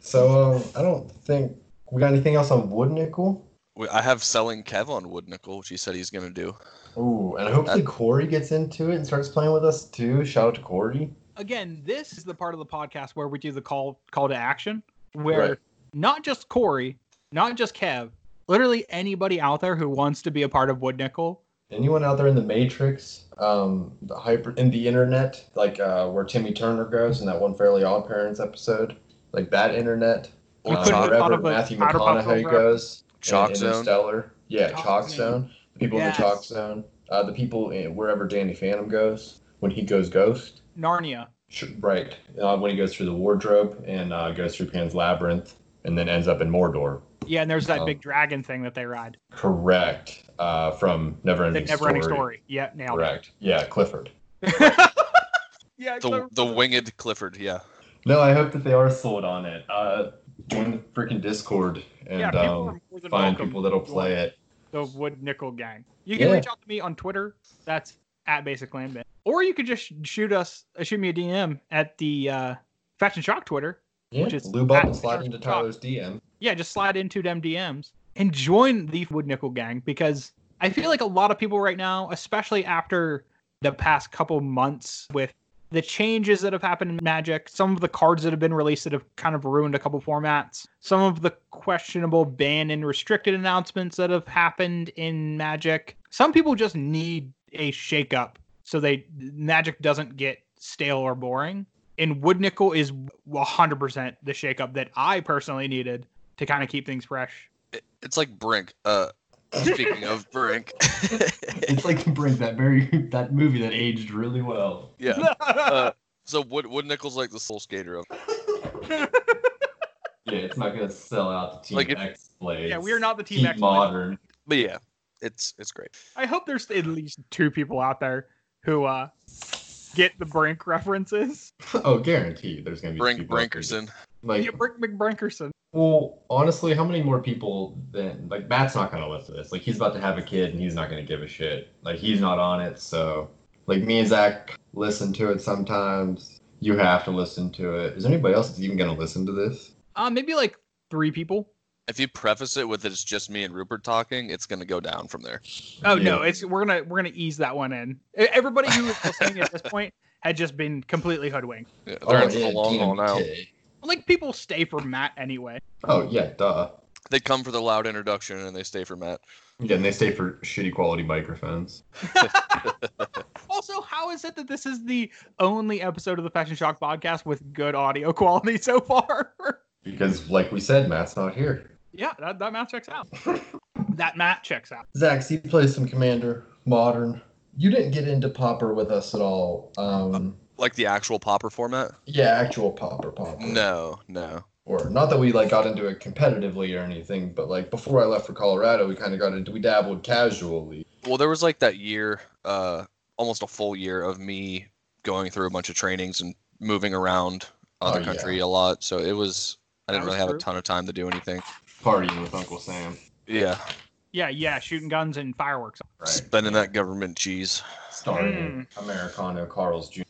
C: so um, I don't think we got anything else on Wood Nickel.
E: We- I have selling Kev on Wood Nickel, which he said he's going to do.
C: Ooh, and hopefully Corey gets into it and starts playing with us too. Shout out to Corey.
D: again, this is the part of the podcast where we do the call call to action, where
C: Right.
D: not just Corey, not just Kev, literally anybody out there who wants to be a part of Wood Nickel.
C: Anyone out there in the Matrix, um, the hyper in the internet, like uh, where Timmy Turner goes in that one Fairly Odd Parents episode, like that internet,
E: Or
D: We
C: uh,
D: couldn't have
E: Chalk,
D: thought
C: wherever
D: of a
C: Matthew
D: Powder Puff
C: McConaughey
D: Girl.
C: goes,
E: Chalk
C: in
E: Zone.
C: Interstellar, yeah,
D: Chalk
C: Chalk
D: Zone.
C: Zone, the people
D: Yes.
C: in the Chalk Zone, uh, the people in, wherever Danny Phantom goes when he goes ghost,
D: Narnia.
C: Sh- right? Uh, when he goes through the wardrobe and uh, goes through Pan's labyrinth and then ends up in Mordor.
D: Yeah, and there's that
C: Oh.
D: big dragon thing that they ride.
C: Correct. Uh, from
D: The
C: Neverending
D: never ending story. Yeah, nailed it.
C: Correct. Yeah, Clifford.
D: Yeah,
E: the, the winged Clifford, yeah.
C: No, I hope that they are sold on it. Uh, join the freaking Discord and
D: yeah, people are
C: um,
D: more than
C: find
D: welcome
C: people that'll
D: to
C: play
D: join
C: it.
D: The Wood Nickel Gang. You can
C: Yeah.
D: reach out to me on Twitter. That's at Basic Lambit. Or you could just sh- shoot us, uh, shoot me a DM at the uh, Fashion Shock Twitter.
C: Yeah,
D: Which is
C: lube up
D: at
C: and slide into
D: Discord Talk.
C: Tyler's DM.
D: yeah, just slide into them DMs and join the Wood Nickel gang because I feel like a lot of people right now, especially after the past couple months with the changes that have happened in Magic, some of the cards that have been released that have kind of ruined a couple formats, some of the questionable ban and restricted announcements that have happened in Magic. Some people just need a shakeup. so they magic doesn't get stale or boring. And wood nickel is 100% the shakeup that I personally needed to kind of keep things fresh.
E: It, it's like Brink. Uh, speaking of Brink,
F: It's like Brink, that very that movie that aged really well.
E: yeah. Uh, so Wood Wood Nickel's like the soul skater of.
C: Yeah, it's not gonna sell out to Team
E: Like if-
C: X Blades.
D: yeah, we are not the team
C: Team
D: X.
C: Modern.
E: But yeah, it's it's great.
D: I hope there's at least two people out there who uh, get the Brink references.
C: Oh, guaranteed. There's gonna be
E: Brink
C: people out there
E: Brinkerson.
C: that- Like,
D: Yeah, Brink McBrinkerson.
C: well, honestly, how many more people than like Matt's not gonna listen to this. Like, he's about to have a kid and he's not gonna give a shit. Like, he's not on it. So, like, me and Zach listen to it sometimes. You have to listen to it. Is there anybody else that's even gonna listen to this?
D: Uh, maybe like three people.
E: If you preface it with it's just me and Rupert talking, it's gonna go down from there.
D: Oh
C: Yeah.
D: no, it's we're gonna we're gonna ease that one in. E- Everybody who was listening at this point had just been completely hoodwinked.
E: Yeah,
C: Oh,
E: they're in for
C: yeah,
E: the long haul now.
C: DMT.
D: Like people stay for Matt anyway.
C: Oh yeah, duh.
E: They come for the loud introduction and they stay for Matt.
C: Yeah, and they stay for shitty quality microphones.
D: Also, how is it that this is the only episode of the Fashion Shock podcast with good audio quality so far?
C: Because, like we said, Matt's not here.
D: yeah, that, that math checks out. that Matt checks out.
C: Zach, so you play some Commander Modern. You didn't get into Popper with us at all. Um,
E: Like the actual popper format?
C: yeah, actual Popper Popper.
E: No, no.
C: Or not that we like got into it competitively or anything, but like before I left for Colorado, we kind of got into we dabbled casually.
E: Well, there was like that year, uh, almost a full year of me going through a bunch of trainings and moving around
C: Oh,
E: other
C: yeah.
E: country a lot. So it was I didn't
D: That was
E: really have
D: true.
E: a ton of time to do anything.
C: Partying with Uncle Sam.
E: Yeah,
D: Yeah, yeah, shooting guns and fireworks.
C: Right.
E: spending that government cheese.
C: Starring
D: Hmm.
C: Americano Carl's Jr.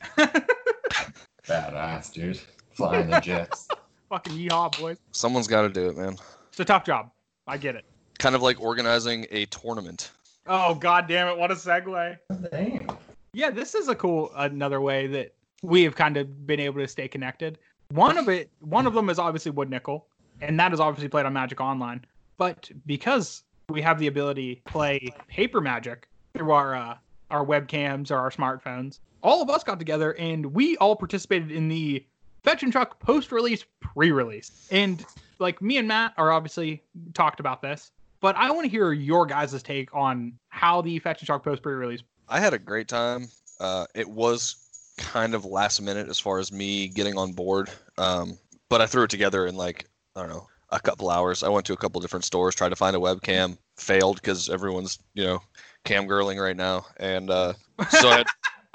C: Badass dude. Flying the jets.
D: Fucking yeehaw, boys.
E: Someone's got to do it, man.
D: It's a tough job. I get it.
E: Kind of like organizing a tournament.
D: Oh god damn it, what a segue.
C: Damn.
D: Yeah, this is a cool another way that we have kind of been able to stay connected. One of it, one of them is obviously Wood Nickel, and that is obviously played on Magic Online. But because we have the ability to play paper Magic through our uh, our webcams or our smartphones, all of us got together and we all participated in the Fetch and Truck post-release pre-release. And like me and Matt are obviously talked about this, but I want to hear your guys' take on how the Fetch and Truck post pre-release
E: I had a great time. Uh, it was kind of last minute as far as me getting on board, um, but I threw it together in like I don't know a couple hours. I went to a couple different stores, tried to find a webcam, failed because everyone's you know camgirling right now, and uh, so I had,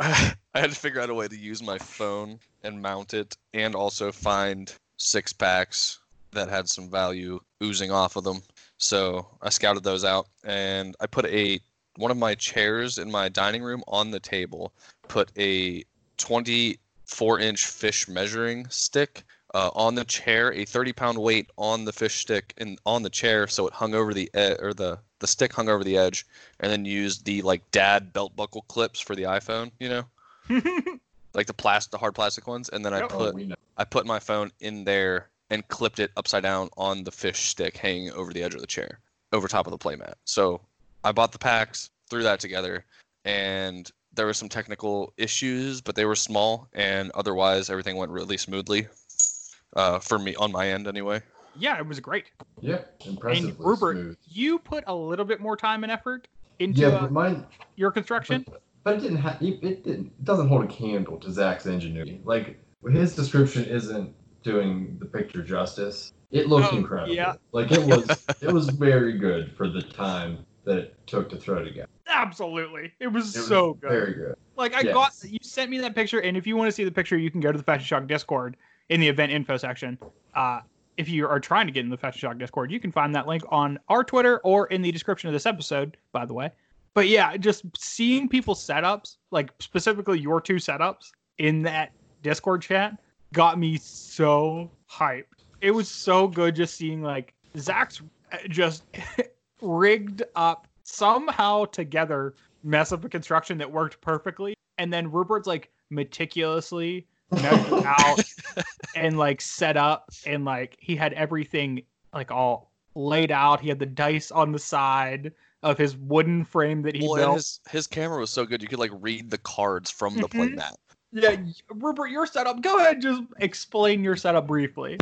E: I had to figure out a way to use my phone and mount it, and also find six packs that had some value oozing off of them. So I scouted those out, and I put a one of my chairs in my dining room on the table put a 24 inch fish measuring stick uh, on the chair a 30 pound weight on the fish stick and on the chair so it hung over the ed- or the the stick hung over the edge and then used the like dad belt buckle clips for the iphone you know like the plastic the hard plastic ones and then i
D: Yep.
E: put
C: we know.
E: I put my phone in there and clipped it upside down on the fish stick hanging over the edge of the chair, over top of the playmat. So I bought the packs, threw that together, and there were some technical issues, but they were small, and otherwise everything went really smoothly. Uh, for me, on my end anyway.
D: Yeah, it was great.
C: Yeah, impressively
D: and Rupert,
C: smooth.
D: you put a little bit more time and effort into
C: Yeah,
D: uh,
C: but mine
D: your construction.
C: But, but it didn't ha- it, it didn't it doesn't hold a candle to Zach's ingenuity. Like his description isn't doing the picture justice. It looked
D: Oh,
C: incredible.
D: yeah.
C: Like it was it was very good for the time that it took to throw together.
D: Absolutely, it was
C: It was
D: so good.
C: Very good.
D: like I
C: yes.
D: got you sent me that picture, and if you want to see the picture, you can go to the Fashion Shock Discord in the event info section. Uh, if you are trying to get in the Fashion Shock Discord, you can find that link on our Twitter or in the description of this episode, by the way. But yeah, just seeing people's setups, like specifically your two setups in that Discord chat, got me so hyped. It was so good just seeing like Zach's uh, just rigged up somehow together mess up a construction that worked perfectly, and then Rupert's like meticulously measured out and like set up, and like he had everything like all laid out. He had the dice on the side. of his wooden frame that he
E: Well, and
D: built.
E: his his camera was so good you could like read the cards from the
D: Mhm.
E: playmat.
D: Yeah, Rupert, your setup. Go ahead, just explain your setup briefly.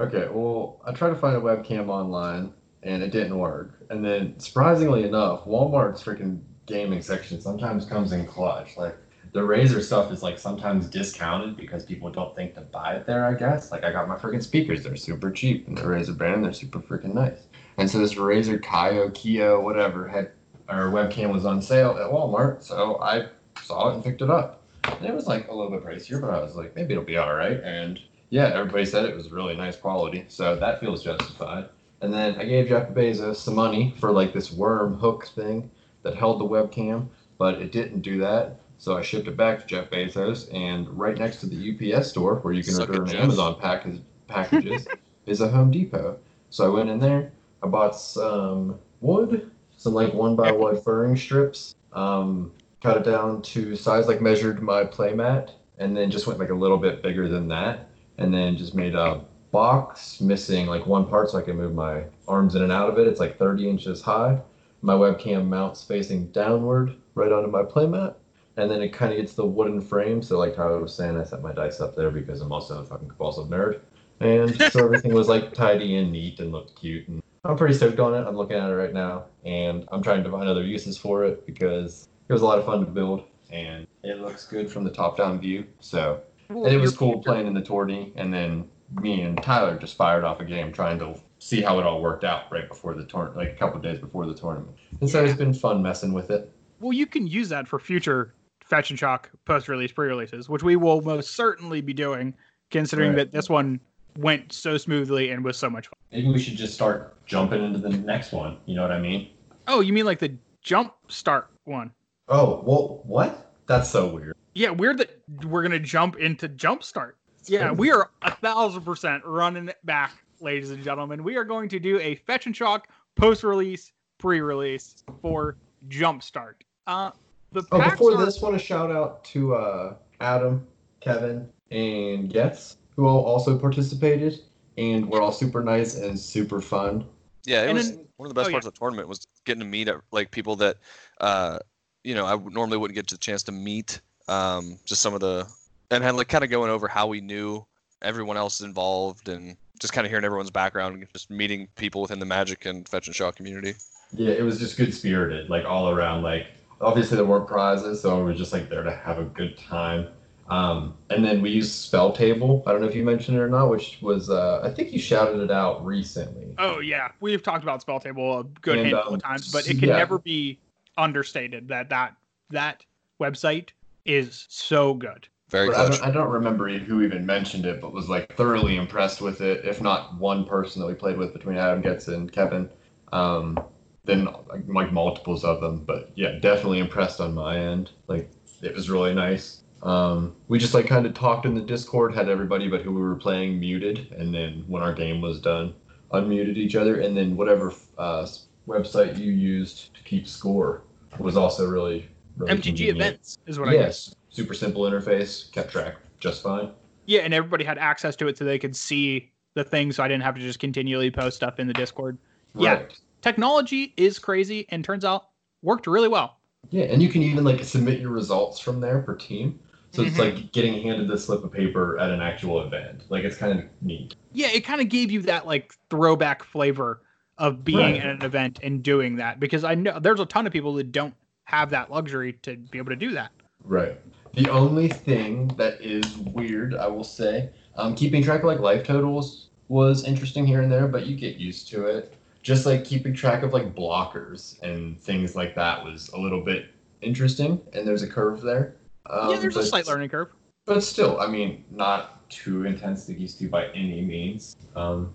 C: Okay, well, I tried to find a webcam online and it didn't work. And then, surprisingly enough, Walmart's freaking gaming section sometimes comes in clutch. Like, the Razer stuff is like sometimes discounted because people don't think to buy it there, I guess. Like, I got my freaking speakers, they're super cheap, and the Razer brand, they're super freaking nice. And so, this Razer Kyo, Kyo, whatever, had our webcam was on sale at Walmart, so I saw it and picked it up. And it was like a little bit pricier, but I was like, maybe it'll be all right. And yeah, everybody said it was really nice quality, so that feels justified. And then I gave Jeff Bezos some money for like this worm hook thing that held the webcam, but it didn't do that. So I shipped it back to Jeff Bezos, and right next to the UPS store where you can
E: Suck it,
C: order an
E: Jeff.
C: Amazon package, packages is a Home Depot. So I went in there, I bought some wood, some like one by one furring strips, um, cut it down to size, like measured my playmat, and then just went like a little bit bigger than that and then just made a box missing like one part so I can move my arms in and out of it. It's like 30 inches high. My webcam mounts facing downward right onto my playmat. And then it kind of gets the wooden frame. So, like Tyler was saying, I set my dice up there because I'm also a fucking compulsive nerd. And so everything was like tidy and neat and looked cute. And I'm pretty stoked on it. I'm looking at it right now. And I'm trying to find other uses for it because it was a lot of fun to build. And it looks good from the top down view. So, and it was cool playing in the tourney, and then me and Tyler just fired off a game trying to see how it all worked out right before the tournament, like a couple days before the tournament. And so it's been fun messing with it.
D: Well, you can use that for future Fetch and Shock post release pre releases, which we will most certainly be doing, considering
C: Right.
D: that this one went so smoothly and was so much fun.
C: Maybe we should just start jumping into the next one. You know what I mean?
D: Oh, you mean like the jump start one?
C: Oh, well, what? That's so weird.
D: Yeah, weird that we're going to jump into jump start. Yeah, we are a thousand percent running it back, ladies and gentlemen. We are going to do a fetch and shock post release, pre release for Jumpstart. Uh, the
C: Oh,
D: packs
C: before
D: are-
C: this, want to shout out to uh, Adam, Kevin, and Getz, who all also participated, and were all super nice and super fun.
E: Yeah, it
D: And
E: was one of the best
D: oh,
E: parts of the tournament was getting to meet uh, like people that uh, you know I would- normally wouldn't get the chance to meet. Um, just some of the and had like kind of going over how we knew everyone else involved and just kind of hearing everyone's background and just meeting people within the Magic and Fetch and Shaw community.
C: Yeah, it was just good spirited, like all around. Like obviously there weren't prizes, so we were just like there to have a good time. Um, and then we used spell table. I don't know if you mentioned it or not, which was uh, I think you shouted it out recently.
D: Oh yeah, we've talked about spell table a good
C: And,
D: handful
C: um,
D: of times, but it can
C: yeah.
D: never be understated that that that website is so good.
E: Very
C: But I
E: clutch.
C: don't, I don't remember who even mentioned it, but was like thoroughly impressed with it. If not one person that we played with between Adam Getz and Kevin, um, then like, like multiples of them. But yeah, definitely impressed on my end. Like it was really nice. Um, we just like kind of talked in the Discord, had everybody but who we were playing muted, and then when our game was done, unmuted each other, and then whatever uh, website you used to keep score was also really, really
D: MTG
C: convenient.
D: events is what I guess.
C: Yes, super simple interface, kept track just fine.
D: Yeah, and everybody had access to it so they could see the thing, so I didn't have to just continually post stuff in the Discord. Yeah.
C: Right.
D: Technology is crazy, and turns out worked really well.
C: Yeah, and you can even like submit your results from there per team. So
D: Mhm.
C: it's like getting handed this slip of paper at an actual event. Like it's kind of neat.
D: Yeah, it kind of gave you that like throwback flavor of being
C: Right.
D: at an event and doing that because I know there's a ton of people that don't have that luxury to be able to do that.
C: Right. The only thing that is weird, I will say, um, keeping track of like life totals was interesting here and there, but you get used to it. Just like keeping track of like blockers and things like that was a little bit interesting, and there's a curve there. Um,
D: yeah, there's a
C: but-
D: slight learning curve.
C: But still, I mean, not too intense to used to by any means. Um,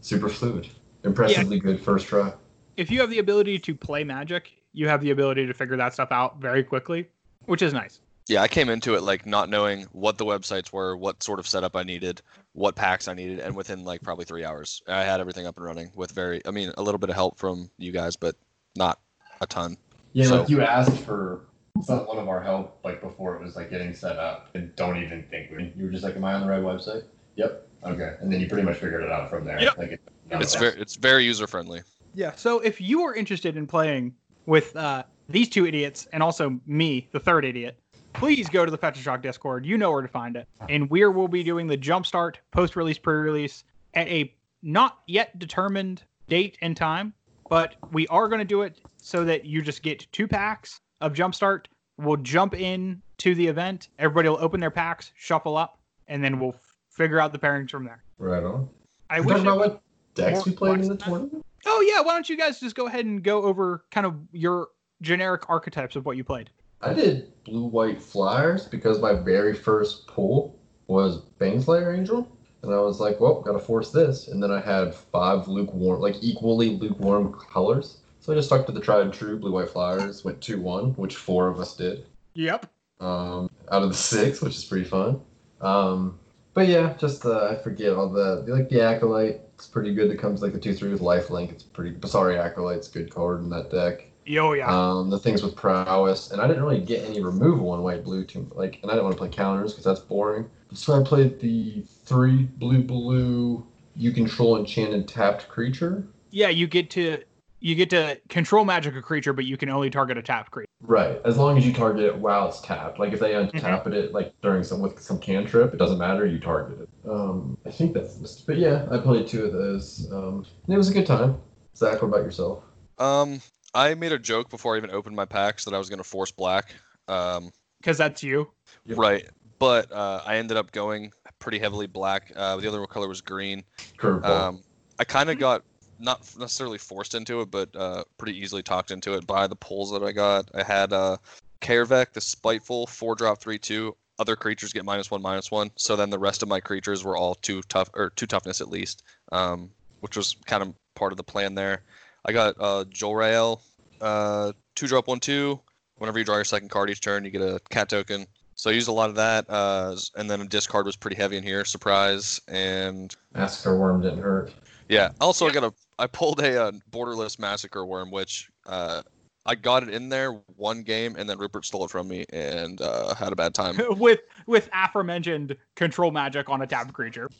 C: super fluid. Impressively good first try.
D: if you have the ability to play magic, you have the ability to figure that stuff out very quickly, which is nice.
E: yeah, I came into it like not knowing what the websites were, what sort of setup I needed, what packs I needed, and within like probably three hours, I had everything up and running with very, I mean, a little bit of help from you guys, but not a ton.
C: Yeah,
E: So-
C: like you asked for some, one of our help like before it was like getting set up, and don't even think we. You were just like, "Am I on the right website?" Yep. Okay, and then you pretty much figured it out from there.
D: Yep.
C: Like, it-
E: It's very, it's very user friendly.
D: Yeah. So if you are interested in playing with uh, these two idiots and also me, the third idiot, please go to the Petro Shock Discord. You know where to find it. And we will be doing the jumpstart post release, pre release at a not yet determined date and time, but we are going to do it so that you just get two packs of jumpstart. We'll jump in to the event. Everybody will open their packs, shuffle up, and then we'll f- figure out the pairings from there.
C: Right on.
D: I
C: I
D: wish.
C: talking
D: it-
C: about what decks we played in the
D: Last time?
C: tournament.
D: Oh yeah, why don't you guys just go ahead and go over kind of your generic archetypes of what you played?
C: I did blue white flyers because my very first pull was Baneslayer Angel. And I was like, well, gotta force this. And then I had five lukewarm, like equally lukewarm colors. So I just stuck to the tried and true blue white flyers, went 2 1, which four of us did
D: Yep.
C: um, out of the six, which is pretty fun. Um, but yeah, just uh, I forget all the like the acolyte. It's pretty good. It comes like the two three with lifelink. It's pretty sorry acolyte's a good card in that deck.
D: Yo yeah.
C: Um, the things with prowess, and I didn't really get any removal in white blue too. Like, and I didn't want to play counters because that's boring. So I played the three blue blue. You control enchanted tapped creature.
D: yeah, you get to you get to control magic a creature, but you can only target a tapped creature.
C: Right, as long as you target it while it's tapped. Like if they untap it, like during some with some cantrip, it doesn't matter. You target it. Um, I think that's. But yeah, I played two of those. Um, and it was a good time. Zach, what about yourself?
E: Um, I made a joke before I even opened my packs that I was gonna force black. Um,
D: Because that's you.
C: Yep.
E: right, but uh, I ended up going pretty heavily black. Uh, the other color was green.
C: Curveball.
E: Um, I kind of got not f- necessarily forced into it, but uh, pretty easily talked into it by the pulls that I got. I had uh, Kervek, the Spiteful, four drop three two. Other creatures get minus one minus one. So then the rest of my creatures were all two tough or two toughness at least, um, which was kind of part of the plan there. I got uh, Jor-El, uh, two drop one two. Whenever you draw your second card each turn, you get a cat token. So I used a lot of that, uh, and then a discard was pretty heavy in here. Surprise and
C: Massacre worm didn't hurt.
E: yeah. Also, I got a. I pulled a uh, borderless massacre worm, which uh, I got it in there one game, and then Rupert stole it from me and uh, had a bad time.
D: with with aforementioned control magic on a tapped creature.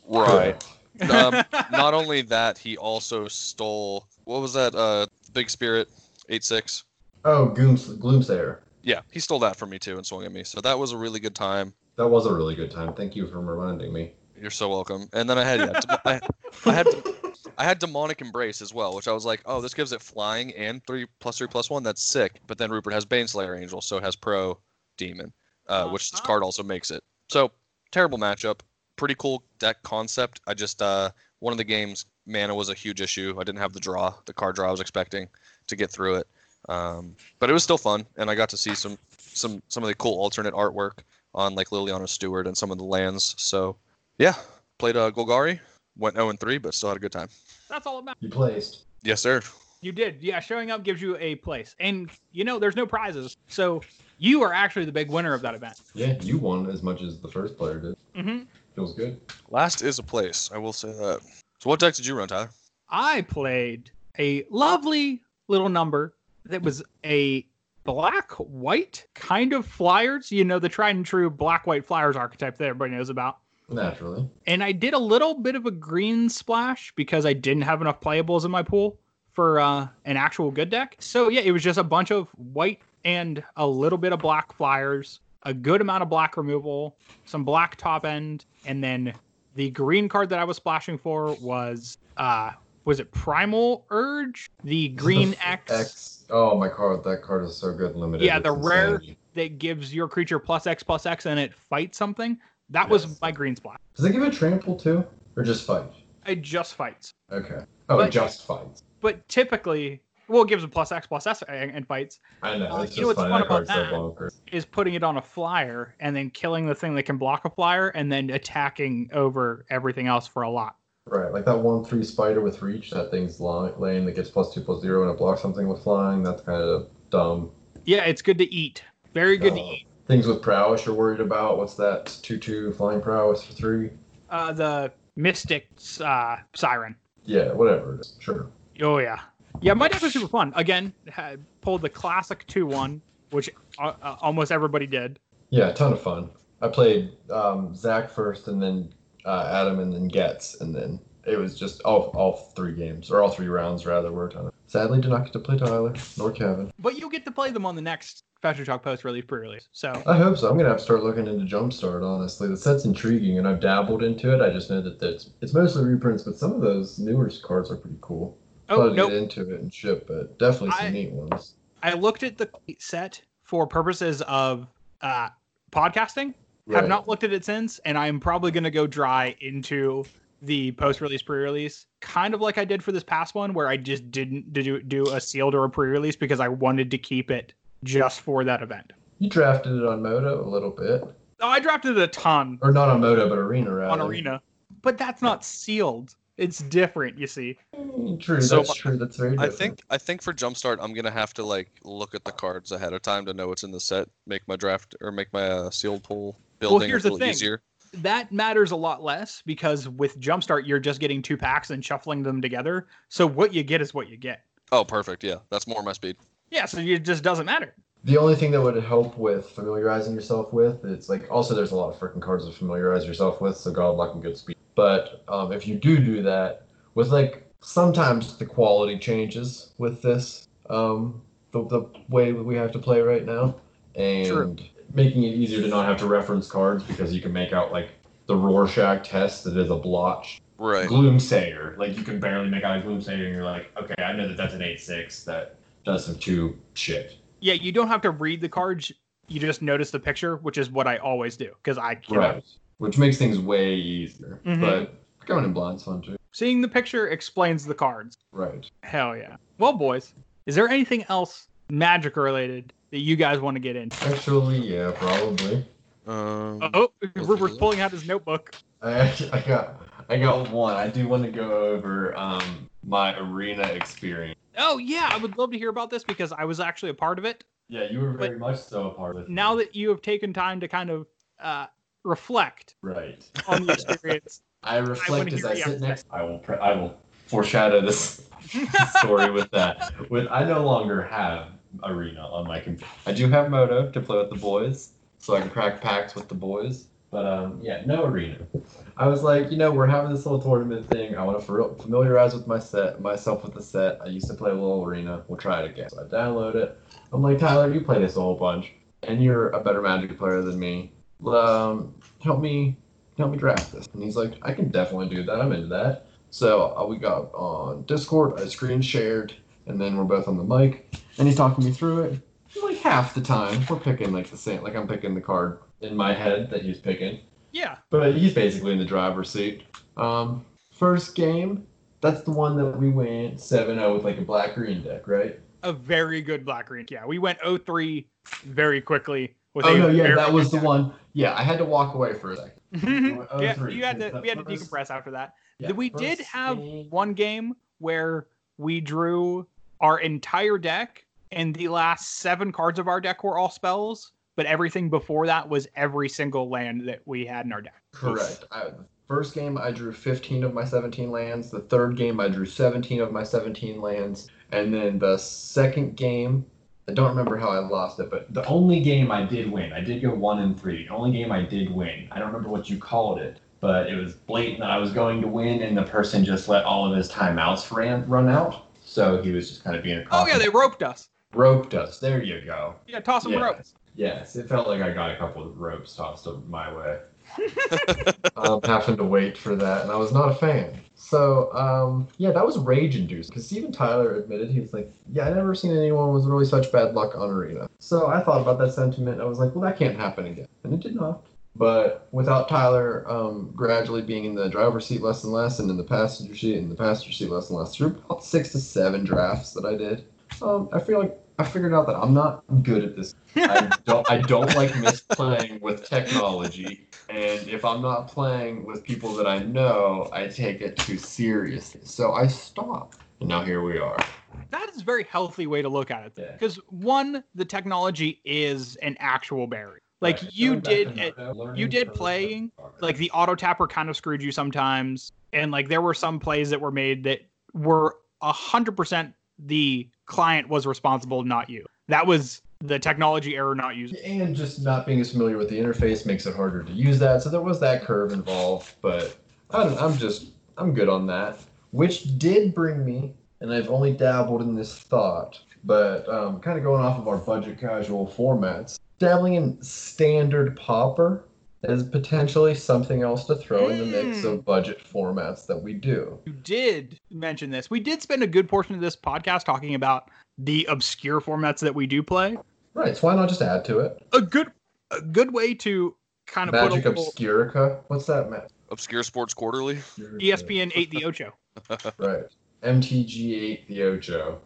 E: um, not only that, he also stole. What was that? Uh, Big Spirit, eight six.
C: Oh, Gooms, Gloomsayer.
E: Yeah, he stole that from me too and swung at me. So that was a really good time.
C: That was a really good time. Thank you for reminding me.
E: You're so welcome. And then I had yeah, dem- I, I had I had demonic embrace as well, which I was like, oh, this gives it flying and three plus three plus one. That's sick. But then Rupert has Baneslayer Angel, so it has Pro Demon, uh, which this
D: Uh-huh.
E: card also makes it. So terrible matchup. Pretty cool deck concept. I just uh, one of the games mana was a huge issue. I didn't have the draw, the card draw I was expecting to get through it. Um, but it was still fun, and I got to see some some some of the cool alternate artwork on like Liliana Stewart and some of the lands. So yeah, played uh, Golgari, went 0 3, but still had a good time.
D: that's all it matters.
C: You placed.
E: Yes, sir.
D: You did. Yeah, showing up gives you a place. And you know, there's no prizes. So you are actually the big winner of that event.
C: Yeah, you won as much as the first player did.
D: Mm-hmm.
C: Feels good.
E: Last is a place. I will say that. So what deck did you run, Tyler?
D: I played a lovely little number that was a black white kind of flyers, you know, the tried and true black white flyers archetype that everybody knows about.
C: Naturally.
D: And I did a little bit of a green splash because I didn't have enough playables in my pool for uh, an actual good deck. So yeah, it was just a bunch of white and a little bit of black flyers, a good amount of black removal, some black top end, and then the green card that I was splashing for was uh was it Primal Urge? The green X,
C: X. Oh my god, that card is so good. Limited.
D: Yeah,
C: It's
D: the rare-
C: insanity.
D: that gives your creature plus X plus X and it fights something. That
C: Yes.
D: was my green splash.
C: Does it give a trample too, or just fight?
D: It just fights.
C: Okay. Oh,
D: But-
C: just fights.
D: but typically, well, it gives a plus X plus S and and fights
C: I know.
D: Uh,
C: it's
D: you know
C: just
D: what's
C: fun.
D: fun
C: That card's so
D: about
C: bonkers.
D: is putting it on a flyer and then killing the thing that can block a flyer and then attacking over everything else for a lot.
C: Right, like that one three spider with reach. That thing's li- lane that gets plus two plus zero and it blocks something with flying. That's kind of dumb.
D: Yeah, it's good to eat. Very good to
C: Uh,
D: eat.
C: Things with prowess you're worried about. What's that? It's two two flying prowess for three.
D: Uh, the Mystic uh, Siren.
C: Yeah, whatever. it is. Sure.
D: Oh yeah, yeah. My deck was super fun. Again, had pulled the classic two one, which uh, uh, almost everybody did.
C: Yeah, a ton of fun. I played um, Zach first, and then uh, Adam, and then Getz, and then it was just all all three games or all three rounds rather were a ton of Sadly, did not get to play Tyler nor Kevin.
D: But you'll get to play them on the next Fashion Shock post release pre release. So
C: I hope so. I'm gonna have to start looking into Jumpstart. Honestly, the set's intriguing, and I've dabbled into it. I just know that that's it's mostly reprints, but some of those newer cards are pretty cool.
D: oh
C: Probably
D: nope.
C: get into it and ship, but definitely some
D: I-
C: neat ones.
D: I looked at the set for purposes of uh podcasting. Have
C: Right.
D: not looked at it since, and I'm probably gonna go dry into the post release pre release, kind of like I did for this past one, where I just didn't do do a sealed or a pre release because I wanted to keep it just for that event.
C: You drafted it on Moto a little bit,
D: Oh, I drafted a ton
C: or not on Moto, but Arena
D: on
C: rather.
D: Arena, but that's not sealed. It's different, you see.
C: Mm, True,
E: So
C: that's
E: my-
C: true. That's very.
E: I
C: Different.
E: think I think for Jumpstart, I'm gonna have to like look at the cards ahead of time to know what's in the set, make my draft or make my uh, sealed pool building
D: here's
E: a
D: the
E: little
D: thing.
E: easier.
D: that matters a lot less because with Jumpstart, you're just getting two packs and shuffling them together. So what you get is what you get.
E: Oh, perfect. Yeah, that's more my speed.
D: Yeah, so it just doesn't matter.
C: The only thing that would help with familiarizing yourself with, it's like also there's a lot of freaking cards to familiarize yourself with, so God luck and good speed. But um, if you do do that, with like sometimes the quality changes with this, um, the, the way that we have to play right now, and
D: True.
C: making it easier to not have to reference cards because you can make out like the Rorschach test that is a blotch
E: Right.
C: Gloomsayer. Like you can barely make out a Gloomsayer, and you're like, okay, I know that that's an eight six that does some two shit.
D: Yeah, you don't have to read the cards. You just notice the picture, which is what I always do because I can't.
C: Right. Which makes things way easier.
D: Mhm.
C: But going in blind's fun too.
D: Seeing the picture explains the cards.
C: Right.
D: Hell yeah. Well, boys, is there anything else magic related that you guys want to get into?
C: Actually, yeah, probably.
E: Um,
D: Oh, Rupert's pulling out his notebook.
C: I I got I got one. I do want to go over um my arena experience.
D: Oh, yeah, I would love to hear about this because I was actually a part of it.
C: Yeah, you were very
D: But
C: much so a part of it.
D: Now that you have taken time to kind of uh, reflect
C: right.
D: on the experience.
C: I
D: wanna
C: reflect as
D: hear
C: I
D: the
C: sit
D: outset.
C: next. I will. Pre- I will foreshadow this story with that. With I no longer have Arena on my computer. I do have Moto to play with the boys, so I can crack packs with the boys. But um, yeah, no Arena. I was like, you know, we're having this little tournament thing. I want to familiarize with my set, myself with the set. I used to play a little Arena. We'll try it again. So I download it. I'm like, Tyler, you play this a whole bunch, and you're a better Magic player than me. Um, help me help me draft this. And he's like, I can definitely do that. I'm into that. So uh, we got on Discord, I screen shared, and then we're both on the mic, and he's talking me through it. Like half the time, we're picking like the same, like I'm picking the card in my head that he's picking,
D: Yeah.
C: but he's basically in the driver's seat. Um, first game, that's the one that we went 7-0 with like a black green deck, right?
D: a very good black green. Yeah, we went 03 very quickly. With
C: Oh
D: a
C: no, yeah,
D: very
C: that was the
D: good
C: one. Yeah, I had to walk away for a second.
D: Mhm.
C: We went
D: yeah,
C: 03,
D: you had
C: because
D: to.
C: that
D: We had to
C: first-
D: decompress after that.
C: yeah,
D: we did
C: first
D: have
C: game-
D: One game where we drew our entire deck, and the last seven cards of our deck were all spells, but everything before that was every single land that we had in our deck.
C: Correct. I, the first game I drew 15 of my 17 lands. The third game I drew 17 of my 17 lands, and then the second game I don't remember how I lost it, but the only game I did win, I did go one and three. The only game I did win, I don't remember what you called it, but it was blatant that I was going to win, and the person just let all of his timeouts ran run out. So he was just kind of being a
D: Oh
C: cop.
D: yeah, they roped us.
C: roped us. There you go.
D: Yeah, toss them
C: Yeah.
D: ropes.
C: Yes, it felt like I got a couple of ropes tossed up my way. um, having to wait for that, and I was not a fan. So, um, yeah, that was rage induced because Steven Tyler admitted he was like, Yeah, I never seen anyone with really such bad luck on Arena. So I thought about that sentiment. and I was like, Well, that can't happen again. And it did not. But without Tyler um, gradually being in the driver's seat less and less, and in the passenger seat, and the passenger seat less and less, through about six to seven drafts that I did, um, I feel like I figured out that I'm not good at this I don't I don't like misplaying with technology. And if I'm not playing with people that I know, I take it too seriously. So I stop. And now here we are.
D: That is a very healthy way to look at it,
C: Yeah.
D: because one, the technology is an actual barrier. Like you did at you did playing, like the auto tapper kind of screwed you sometimes and like there were some plays that were made that were 100% the client was responsible not you that was the technology error not you
C: and just not being as familiar with the interface makes it harder to use that. So there was that curve involved, but I don't, I'm just I'm good on that. Which did bring me and I've only dabbled in this thought, but um, kind of going off of our budget casual formats, dabbling in standard popper is potentially something else to throw in the mix
D: Mm.
C: of budget formats that we do.
D: You did mention this. We did spend a good portion of this podcast talking about the obscure formats that we do play.
C: Right, so why not just add to it?
D: A good, a good way to kind of
C: Magic
D: put a little
C: Obscurica. What's that, Matt?
E: Obscure Sports Quarterly.
D: ESPN ate the Ocho.
C: Right. MTG8 The Ocho.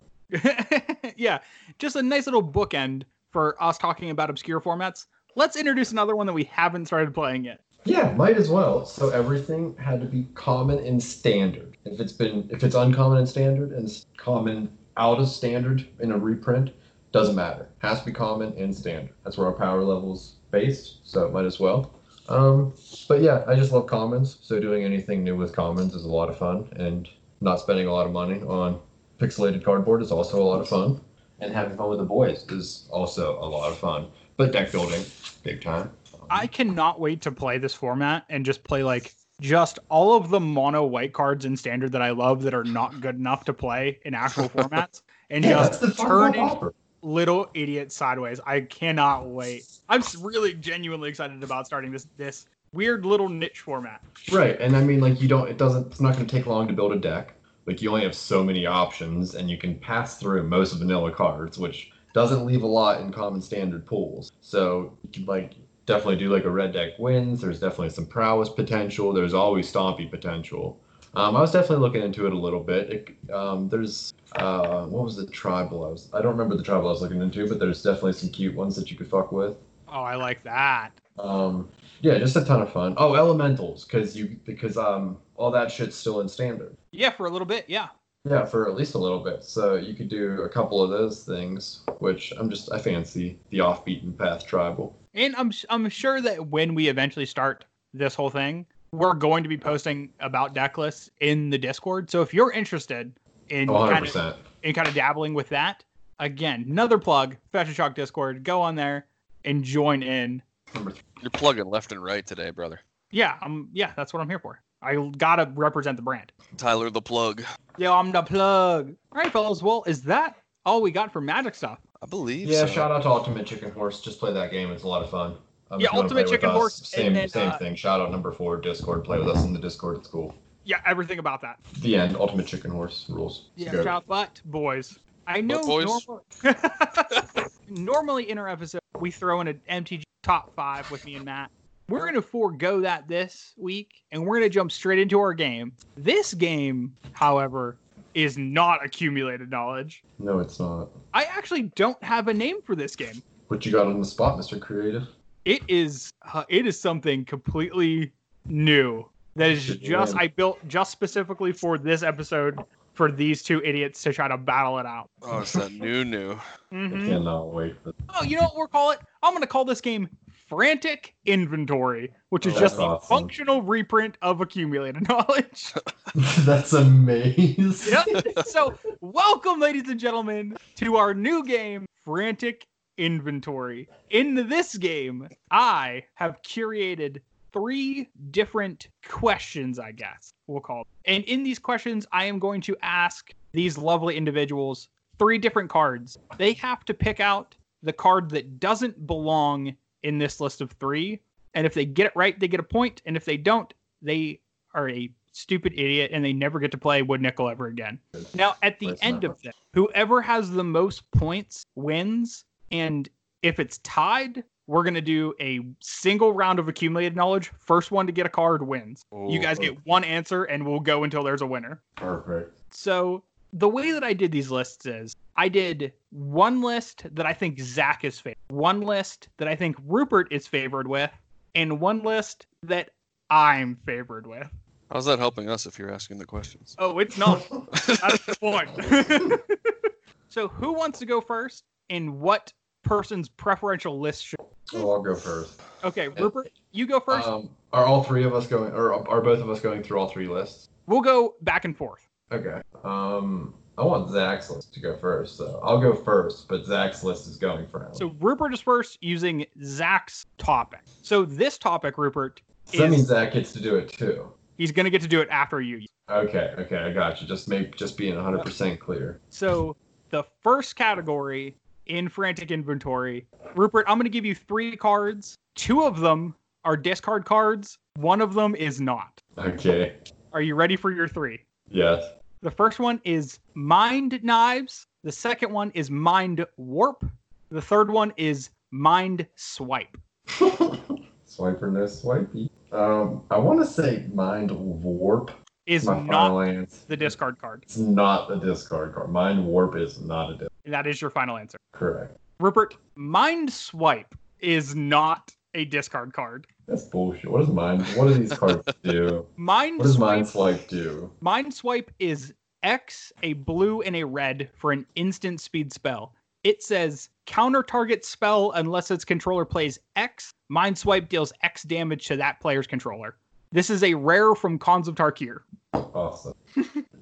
D: yeah, just a nice little bookend for us talking about obscure formats. Let's introduce another one that we haven't started playing yet.
C: Yeah, might as well. So everything had to be common and standard. If it's been if it's uncommon and standard and s- common out of standard in a reprint, doesn't matter. Has to be common and standard. That's where our power level's based, so might as well. Um, but yeah, I just love commons, so doing anything new with commons is a lot of fun and not spending a lot of money on pixelated cardboard is also a lot of fun. And having fun with the boys is also a lot of fun. But deck building, big time.
D: I cannot wait to play this format and just play like just all of the mono white cards in standard that I love that are not good enough to play in actual formats and
C: Yeah,
D: just
C: that's the fun
D: turn
C: about
D: in
C: Popper.
D: little idiot sideways. I cannot wait. I'm s- really genuinely excited about starting this this weird little niche format.
C: Right, and I mean, like, you don't. It doesn't. It's not going to take long to build a deck. Like, you only have so many options, and you can pass through most vanilla cards, which doesn't leave a lot in common standard pools. So, you can, like, definitely do like a red deck wins. There's definitely some prowess potential. There's always stompy potential. Um, I was definitely looking into it a little bit. It, um, there's uh, what was the tribal I was? I don't remember the tribal I was looking into, but there's definitely some cute ones that you could fuck with.
D: Oh, I like that.
C: Um, yeah, just a ton of fun. Oh, elementals, because you because um all that shit's still in standard.
D: Yeah, for a little bit. Yeah.
C: Yeah, for at least a little bit. So you could do a couple of those things, which I'm just I fancy the off beaten path tribal.
D: And I'm s- I'm sure that when we eventually start this whole thing, we're going to be posting about deck lists in the Discord. So if you're interested in kind
C: 100
D: of,
C: percent.
D: in kind of dabbling with that, again, another plug, Fashion Shock Discord, go on there and join in.
C: Number three.
E: You're plugging left and right today, brother.
D: Yeah, I'm yeah, that's what I'm here for. I got to represent the brand.
E: Tyler the plug.
D: Yo, I'm the plug. All right, fellas. Well, is that all we got for magic stuff?
E: I believe.
C: Yeah,
E: so.
C: shout out to Ultimate Chicken Horse. Just play that game; it's a lot of fun. Um,
D: Yeah,
C: if you wanna
D: Ultimate
C: play with
D: Chicken
C: us,
D: Horse, and
C: Same
D: then,
C: same
D: uh,
C: thing. Shout out number four Discord. Play with us in the Discord. It's cool.
D: Yeah, everything about that.
C: The end. Ultimate Chicken Horse rules.
D: Yeah,
C: Go.
D: shout but boys. I know
E: boys?
D: normal- normally in our episode we throw in an MTG top five with me and Matt. We're gonna forego that this week and we're gonna jump straight into our game. This game, however, is not accumulated knowledge.
C: No, it's not.
D: I actually don't have a name for this game.
C: What you got on the spot, Mister Creative?
D: It is uh, it is something completely new that is
C: Should be
D: just
C: one.
D: I built just specifically for this episode for these two idiots to try to battle it out.
E: Oh, it's that new new.
D: Mhm.
C: I cannot wait for
D: Oh, you know what we'll call it? I'm going to call this game Frantic Inventory, which is
C: Oh,
D: just
C: that's
D: a
C: awesome.
D: functional reprint of Accumulated Knowledge.
C: That's amazing.
D: yep. So, welcome, ladies and gentlemen, to our new game, Frantic Inventory. In this game, I have curated three different questions, I guess we'll call them. And in these questions, I am going to ask these lovely individuals three different cards. They have to pick out the card that doesn't belong in this list of three. And if they get it right, they get a point. And if they don't, they are a stupid idiot and they never get to play Wood Nickel ever again. Now, at the
C: Place
D: end
C: number.
D: of this, whoever has the most points wins. And if it's tied, we're going to do a single round of accumulated knowledge. First one to get a card wins. You guys get one answer and we'll go until there's a winner.
C: Perfect.
D: So the way that I did these lists is I did one list that I think Zach is favored, one list that I think Rupert is favored with, and one list that I'm favored with.
E: How's that helping us if you're asking the questions?
D: Oh, it's not. That's the point. so who wants to go first, and what person's preferential list should?
C: Oh, I'll go first.
D: Okay, Rupert, you go first.
C: Um, are all three of us going, or are both of us going through all three lists?
D: we'll go back and forth.
C: Okay. Um, I want Zach's list to go first, so I'll go first. But Zach's list is going first.
D: So Rupert is first using Zach's topic. So this topic, Rupert,
C: that
D: is
C: means Zach gets to do it too.
D: he's gonna get to do it after you.
C: Okay, okay, I got you. Just make just being 100% clear.
D: So the first category in frantic inventory, Rupert, I'm going to give you three cards. Two of them are discard cards. One of them is not.
C: Okay.
D: Are you ready for your three?
C: Yes.
D: The first one is mind knives. The second one is mind warp. The third one is mind swipe.
C: Swiper no swipey. Um, I want to say mind warp.
D: Is
C: my
D: not
C: final answer.
D: the discard card.
C: It's not the discard card. Mind warp is not a discard.
D: That is your final answer.
C: Correct.
D: Rupert, mind swipe is not a discard card.
C: That's bullshit. What does mind? What do these cards do?
D: Mind
C: What does
D: swipe
C: mind swipe do?
D: Mind Swipe is X, a blue, and a red for an instant speed spell. It says counter target spell unless its controller plays X. Mind Swipe deals X damage to that player's controller. This is a rare from Cons of Tarkir.
C: Awesome.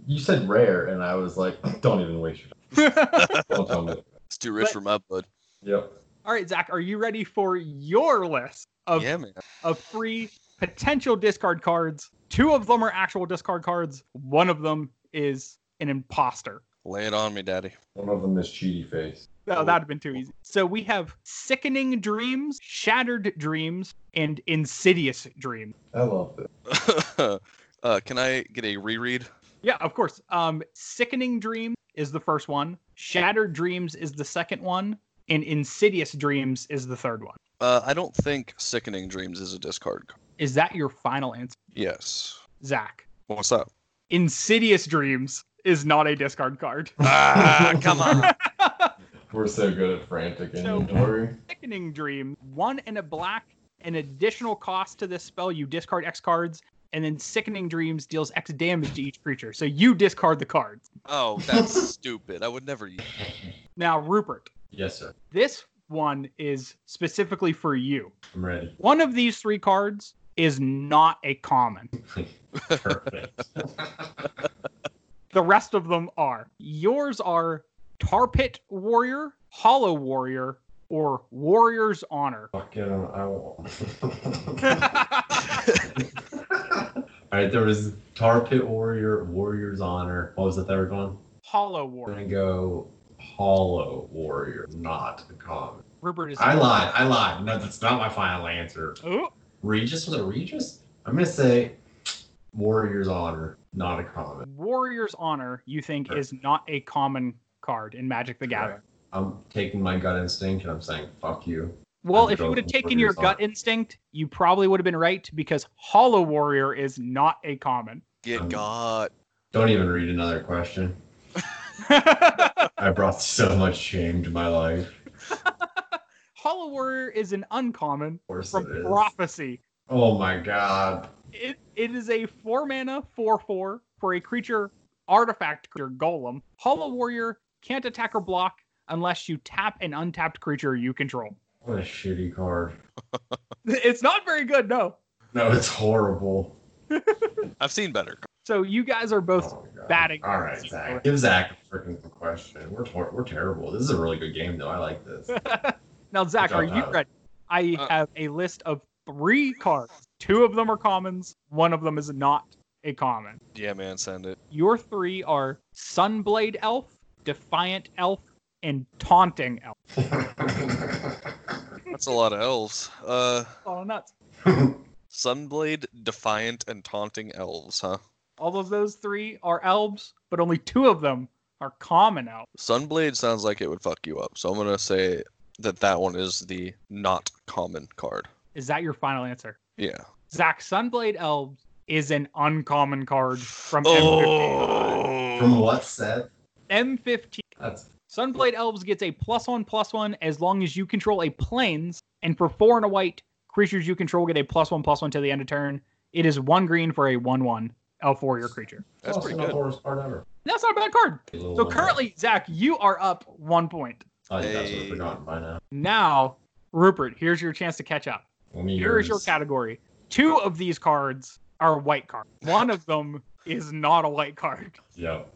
C: you said rare, and I was like, don't even waste your time. Don't tell me.
E: It's too rich
D: But-
E: for my blood.
C: Yep.
D: All right, Zach, are you ready for your list of,
E: yeah, man.
D: of three potential discard cards? Two of them are actual discard cards, one of them is an imposter.
E: Lay it on me, daddy.
C: One of them is cheaty face.
D: Oh, that'd have been too easy. So we have sickening dreams, shattered dreams, and insidious dreams.
C: I love it.
E: uh, can I get a reread?
D: Yeah, of course. Um, sickening dream is the first one. Shattered dreams is the second one, and insidious dreams is the third one.
E: Uh, I don't think Sickening Dreams is a discard card.
D: Is that your final answer,
E: Yes.
D: Zach?
E: What's up?
D: Insidious dreams is not a discard card.
E: Ah, come on.
C: We're so good at frantic
D: So-
C: inventory.
D: Sickening Dream, one and a black, an additional cost to this spell. You discard X cards, and then Sickening Dreams deals X damage to each creature. So you discard the cards.
E: Oh, that's stupid. I would never use
D: Now, Rupert,
C: Yes, sir.
D: this one is specifically for you.
C: I'm ready.
D: One of these three cards is not a common,
C: Perfect.
D: the rest of them are. Yours are Tar Pit Warrior, Hollow Warrior, or Warrior's Honor.
C: Fuck it, I won't. All right, there was Tar Pit Warrior, Warrior's Honor. What was the third one?
D: Hollow
C: I'm gonna
D: Warrior.
C: go Hollow Warrior, not common.
D: Rupert is.
C: I lied. I lied. No, that's not my final answer.
D: Oh,
C: Regis was it Regis? I'm gonna say Warrior's Honor, not a common.
D: Warrior's Honor, you think, is not a common card in Magic the Gathering.
C: I'm taking my gut instinct and I'm saying fuck you.
D: Well,
C: I'm
D: if you
C: going
D: would have
C: with
D: taken your
C: Warrior's Honor.
D: gut instinct, you probably would have been right because Hollow Warrior is not a common.
E: Get God.
C: Don't even read another question. I brought so much shame to my life.
D: Hollow Warrior is an uncommon
C: Of course
D: from
C: it is.
D: Prophecy.
C: Oh my god.
D: It, it is a 4 mana 4 4 for a creature artifact creature golem. Hollow Warrior can't attack or block unless you tap an untapped creature you control.
C: What a shitty card.
D: It's not very good, no.
C: No, it's horrible.
E: I've seen better.
D: So you guys are both
C: Oh my god.
D: batting.
C: All right, Zach. Give Zach a freaking question. We're tor- we're terrible. This is a really good game though. I like this.
D: Now, Zach,
C: Good
D: are
C: job,
D: you
C: Tyler.
D: ready? I
E: Uh,
D: have a list of three cards. Two of them are commons. One of them is not a common.
E: Yeah, man, send it.
D: Your three are Sunblade Elf, Defiant Elf, and Taunting Elf.
E: That's a lot of elves. Uh,
D: Oh, nuts.
E: Sunblade, Defiant, and Taunting Elves, huh?
D: All of those three are elves, but only two of them are common elves.
E: Sunblade sounds like it would fuck you up, so I'm gonna say that that one is the not common card.
D: Is that your final answer?
E: Yeah.
D: Zach, Sunblade Elves is an uncommon card from
C: From
E: Oh.
C: what set?
D: M15. M15
C: That's
D: Sunblade Elves gets a plus one plus one as long as you control a plains, and for four and a white, creatures you control get a plus one plus one to the end of turn. It is one green for a one one elf warrior creature.
E: That's
C: That's
E: pretty
C: the
E: good.
C: worst card ever.
D: That's not a bad card. So currently, Zach, you are up one point.
C: I think that's what
E: Hey.
C: I've forgotten by now.
D: Now, Rupert, here's your chance to catch up.
C: Let me
D: Here is your
C: use-
D: category. Two of these cards are white cards. One of them is not a white card.
C: Yep.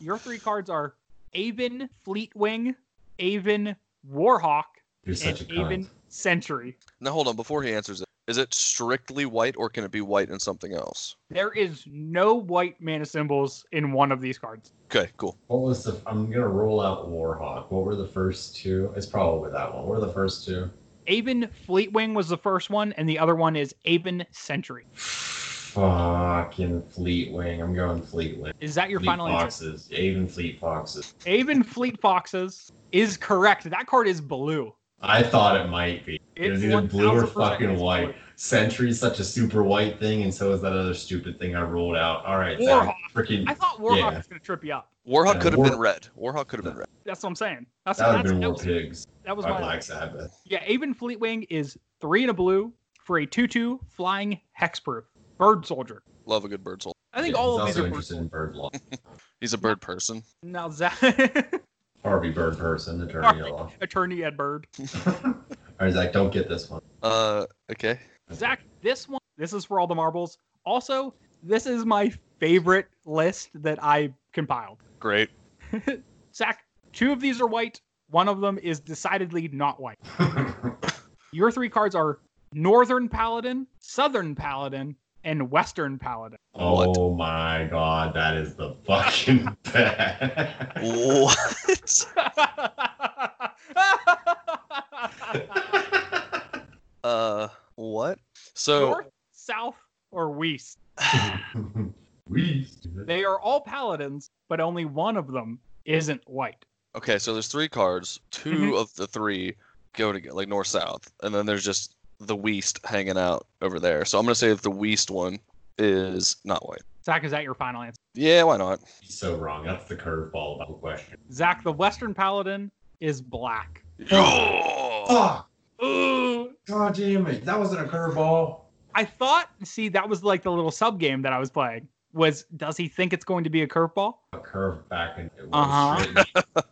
D: Your three cards are Avon Fleetwing, Avon Warhawk,
C: You're
D: and
C: such a cunt.
D: Avon Century.
E: Now hold on, before he answers it, Is it strictly white, or can it be white and something else?
D: There is no white mana symbols in one of these cards.
E: Okay, cool.
C: What was the? I'm gonna roll out Warhawk. What were the first two? It's probably that one. What were the first two?
D: Aben Fleetwing was the first one, and the other one is Aben Sentry.
C: Fucking Fleetwing. I'm going Fleetwing.
D: Is that your
C: Fleet
D: final answer?
C: foxes. Even Fleet foxes.
D: Aven Fleet Foxes is correct. That card is blue.
C: I thought it might be.
D: It's
C: It was either blue or
D: 1000%
C: fucking
D: is
C: white.
D: blue.
C: Sentry's such a super white thing, and so is that other stupid thing I rolled out. All right,
D: Warhawk.
C: Zach, freaking.
D: I thought Warhawk
C: Yeah.
D: was going to trip you up.
E: Warhawk
C: Yeah,
E: could have been
C: War-
E: red. Warhawk could have been red.
D: That's what I'm saying. That's
C: that would have
D: that's,
C: been
D: that
C: War
D: was,
C: Pigs
D: that was
C: by
D: my
C: Black Sabbath.
D: yeah. Aben Fleetwing is three and a blue for a two-two flying hexproof bird soldier.
E: Love a good bird soul.
D: I think
C: Yeah,
D: all
C: he's
D: of these
C: also
D: are
C: interested in
D: personal.
C: bird law.
E: He's a bird person.
D: Now Zach,
C: Harvey Bird Person, attorney at
D: Sorry,
C: law.
D: attorney Ed Bird.
C: All right, Zach, don't get this one.
E: Uh, okay.
D: Zach, this one, this is for all the marbles. Also, this is my favorite list that I compiled.
E: Great.
D: Zach, two of these are white. One of them is decidedly not white. Your three cards are Northern Paladin, Southern Paladin, and Western Paladin.
C: oh my god, that is the fucking best.
E: What? uh, what? So
D: North, South, or West.
C: we
D: They are all paladins, but only one of them isn't white.
E: okay, so there's three cards. 2
D: Mhm.
E: of the three go to like north south, and then there's just the Weast hanging out over there. So I'm gonna say that the Weast one is not white.
D: Zach, is that your final answer?
E: Yeah, why not?
C: He's so wrong. That's the curveball of the question.
D: Zach, the Western Paladin is black.
E: Yeah.
C: Oh,
D: Ooh.
C: god damn it. That wasn't a curveball.
D: I thought, see, that was like the little sub game that I was playing. Was does he think it's going to be a curveball?
C: A curve back and it was,
D: Uh-huh.
C: straight-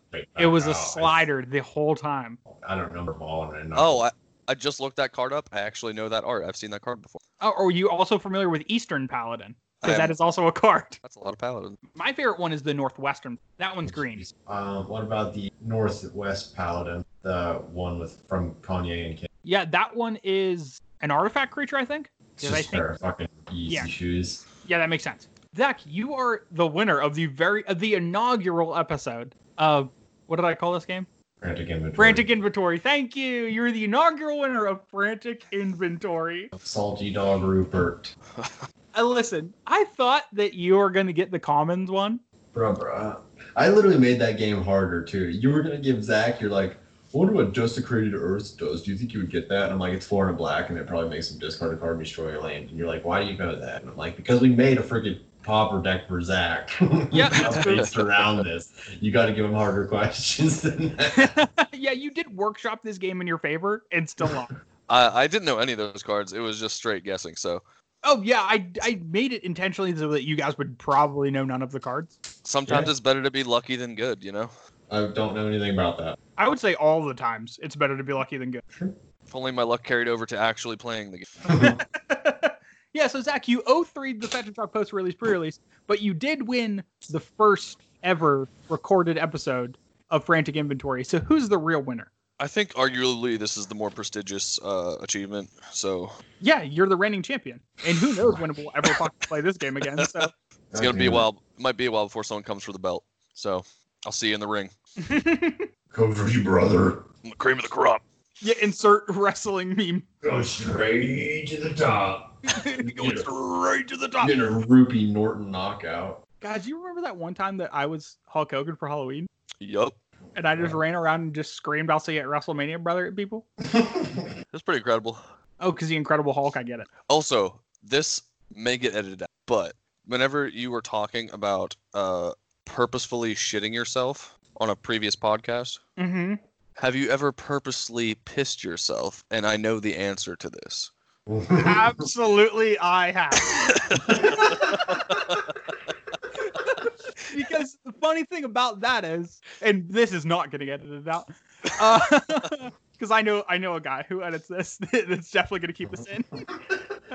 C: straight
D: It
C: back
D: was a
C: out.
D: slider the whole time.
C: I don't remember ball and
E: Oh, I, I just looked that card up. I actually know that art. I've seen that card before.
D: Oh, are you also familiar with Eastern Paladin?
E: I
D: Because that
E: am.
D: is also a card.
E: That's a lot of paladin.
D: My favorite one is the Northwestern. That one's green.
C: Um, what about the northwest paladin? The one with from Kanye and Kim.
D: Yeah, that one is an artifact creature, I think.
C: It's
D: Did
C: just
D: I think-
C: pair of fucking easy
D: Yeah.
C: shoes.
D: Yeah, that makes sense. Zach, you are the winner of the very of the inaugural episode of what did I call this game?
C: Frantic inventory.
D: Frantic Inventory. Thank you. You're the inaugural winner of Frantic Inventory.
C: Salty dog Rupert.
D: Uh, listen, I thought that you were going to get the commons one.
C: Bruh, bruh. I literally made that game harder too. You were gonna give Zach. You're like, I wonder what desecrated earth does. Do you think you would get that? And I'm like, it's four and a black, and it probably makes him discard a card, and destroy a land. And you're like, why do you know that? And I'm like, because we made a freaking popper deck for Zach.
D: Yeah, that's true.
C: based around this. You got to give him harder questions than that.
D: yeah, you did workshop this game in your favor and still lost.
E: I, I didn't know any of those cards. It was just straight guessing. So
D: oh yeah, I I made it intentionally so that you guys would probably know none of the cards.
E: sometimes
C: Yeah.
E: it's better to be lucky than good, you know?
C: I don't know anything about that.
D: I would say all the times it's better to be lucky than good.
E: If only my luck carried over to actually playing the game.
D: yeah, so Zach, you 03 the Fetch and Talk post release pre release, but you did win the first ever recorded episode of Frantic Inventory. So who's the real winner?
E: I think arguably this is the more prestigious uh, achievement. So
D: Yeah, you're the reigning champion. And who knows when we'll ever fucking play this game again. So
E: it's gonna be a while. Might be a while before someone comes for the belt. So I'll see you in the ring.
C: Come for you, brother.
E: I'm the cream of the crop.
D: yeah, insert wrestling meme.
C: Go straight to the top.
E: Going straight to the top.
C: Get a Rupee Norton knockout.
D: Guys, you remember that one time that I was Hulk Hogan for Halloween
E: Yup.
D: and I just ran around and just screamed, I'll see you at WrestleMania, brother, at people?
E: That's pretty incredible.
D: Oh, because the Incredible Hulk, I get it.
E: Also, this may get edited out, but whenever you were talking about uh, purposefully shitting yourself on a previous podcast,
D: Mm-hmm.
E: have you ever purposely pissed yourself? And I know the answer to this.
D: Absolutely, I have. because the funny thing about that is, and this is not getting edited out, because I know I know a guy who edits this. That's definitely going to keep this in.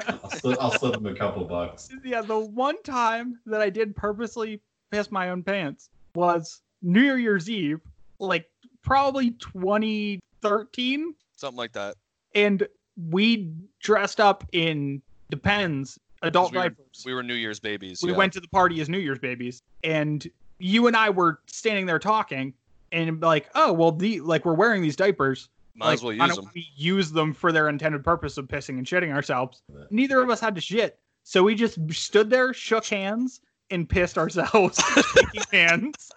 C: I'll, slip, I'll slip him a couple bucks.
D: yeah, the one time that I did purposely piss my own pants was New Year's Eve, like probably 2013,
E: Something like that.
D: and we dressed up in depends adult
E: we were-
D: diapers.
E: We were New Year's babies.
D: we
E: yeah.
D: went to the party as New Year's babies, and you and I were standing there talking, and like, oh well, the like we're wearing these diapers.
E: Might
D: like,
E: as well
D: why
E: use
D: don't
E: them.
D: We use them for their intended purpose of pissing and shitting ourselves. Neither of us had to shit, so we just stood there, shook hands, and pissed ourselves, shaking hands.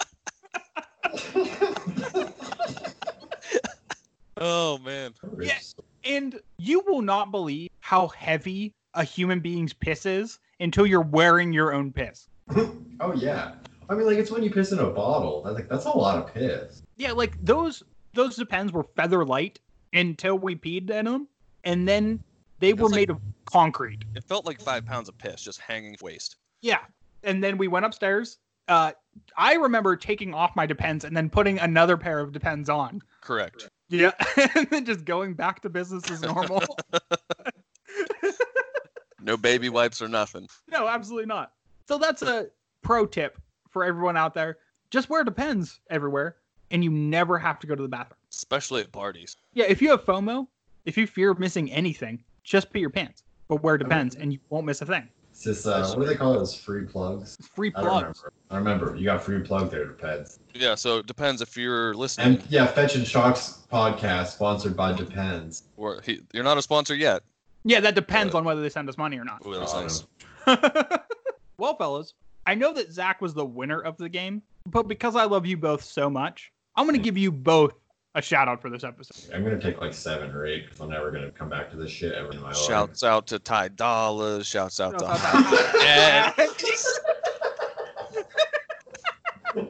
E: Oh man.
D: Yeah. And you will not believe how heavy a human being's piss is until you're wearing your own piss.
C: Oh yeah. I mean, like it's when you piss in a bottle. I think that's a lot of piss.
D: Yeah, like those those depends were feather light until we peed in them, and then they were
E: That's like-
D: made of concrete.
E: It felt like five pounds of piss just hanging waist.
D: Yeah, and then we went upstairs. Uh, I remember taking off my depends and then putting another pair of depends on.
E: Correct.
D: Yeah, and then just going back to business as normal.
E: No baby wipes or nothing.
D: no, absolutely not. So that's a pro tip for everyone out there: just wear depends everywhere, and you never have to go to the bathroom.
E: Especially at parties.
D: Yeah, if you have FOMO, if you fear of missing anything, just pee your pants. But wear depends, and you won't miss a thing.
C: It's just uh, what do they call those free plugs?
D: It's free
C: I don't
D: plugs.
C: remember. I remember you got free plug there, Depends.
E: Yeah, so it depends if you're listening
C: And yeah, Fetch and Shocks podcast sponsored by Depends.
E: or he, you're not a sponsor yet.
D: Yeah, that depends
E: Uh,
D: on whether they send us money or not.
E: Ooh, that was
C: Oh,
E: nice.
D: well, fellas, I know that Zach was the winner of the game, but because I love you both so much, I'm going to give you both a shout out for this episode.
C: I'm gonna take like seven or eight because I'm never gonna come back to this shit ever in my life.
E: Shouts out to Ty Dolla. Shouts out
D: Shouts
E: to
D: out to
E: Hot Dad.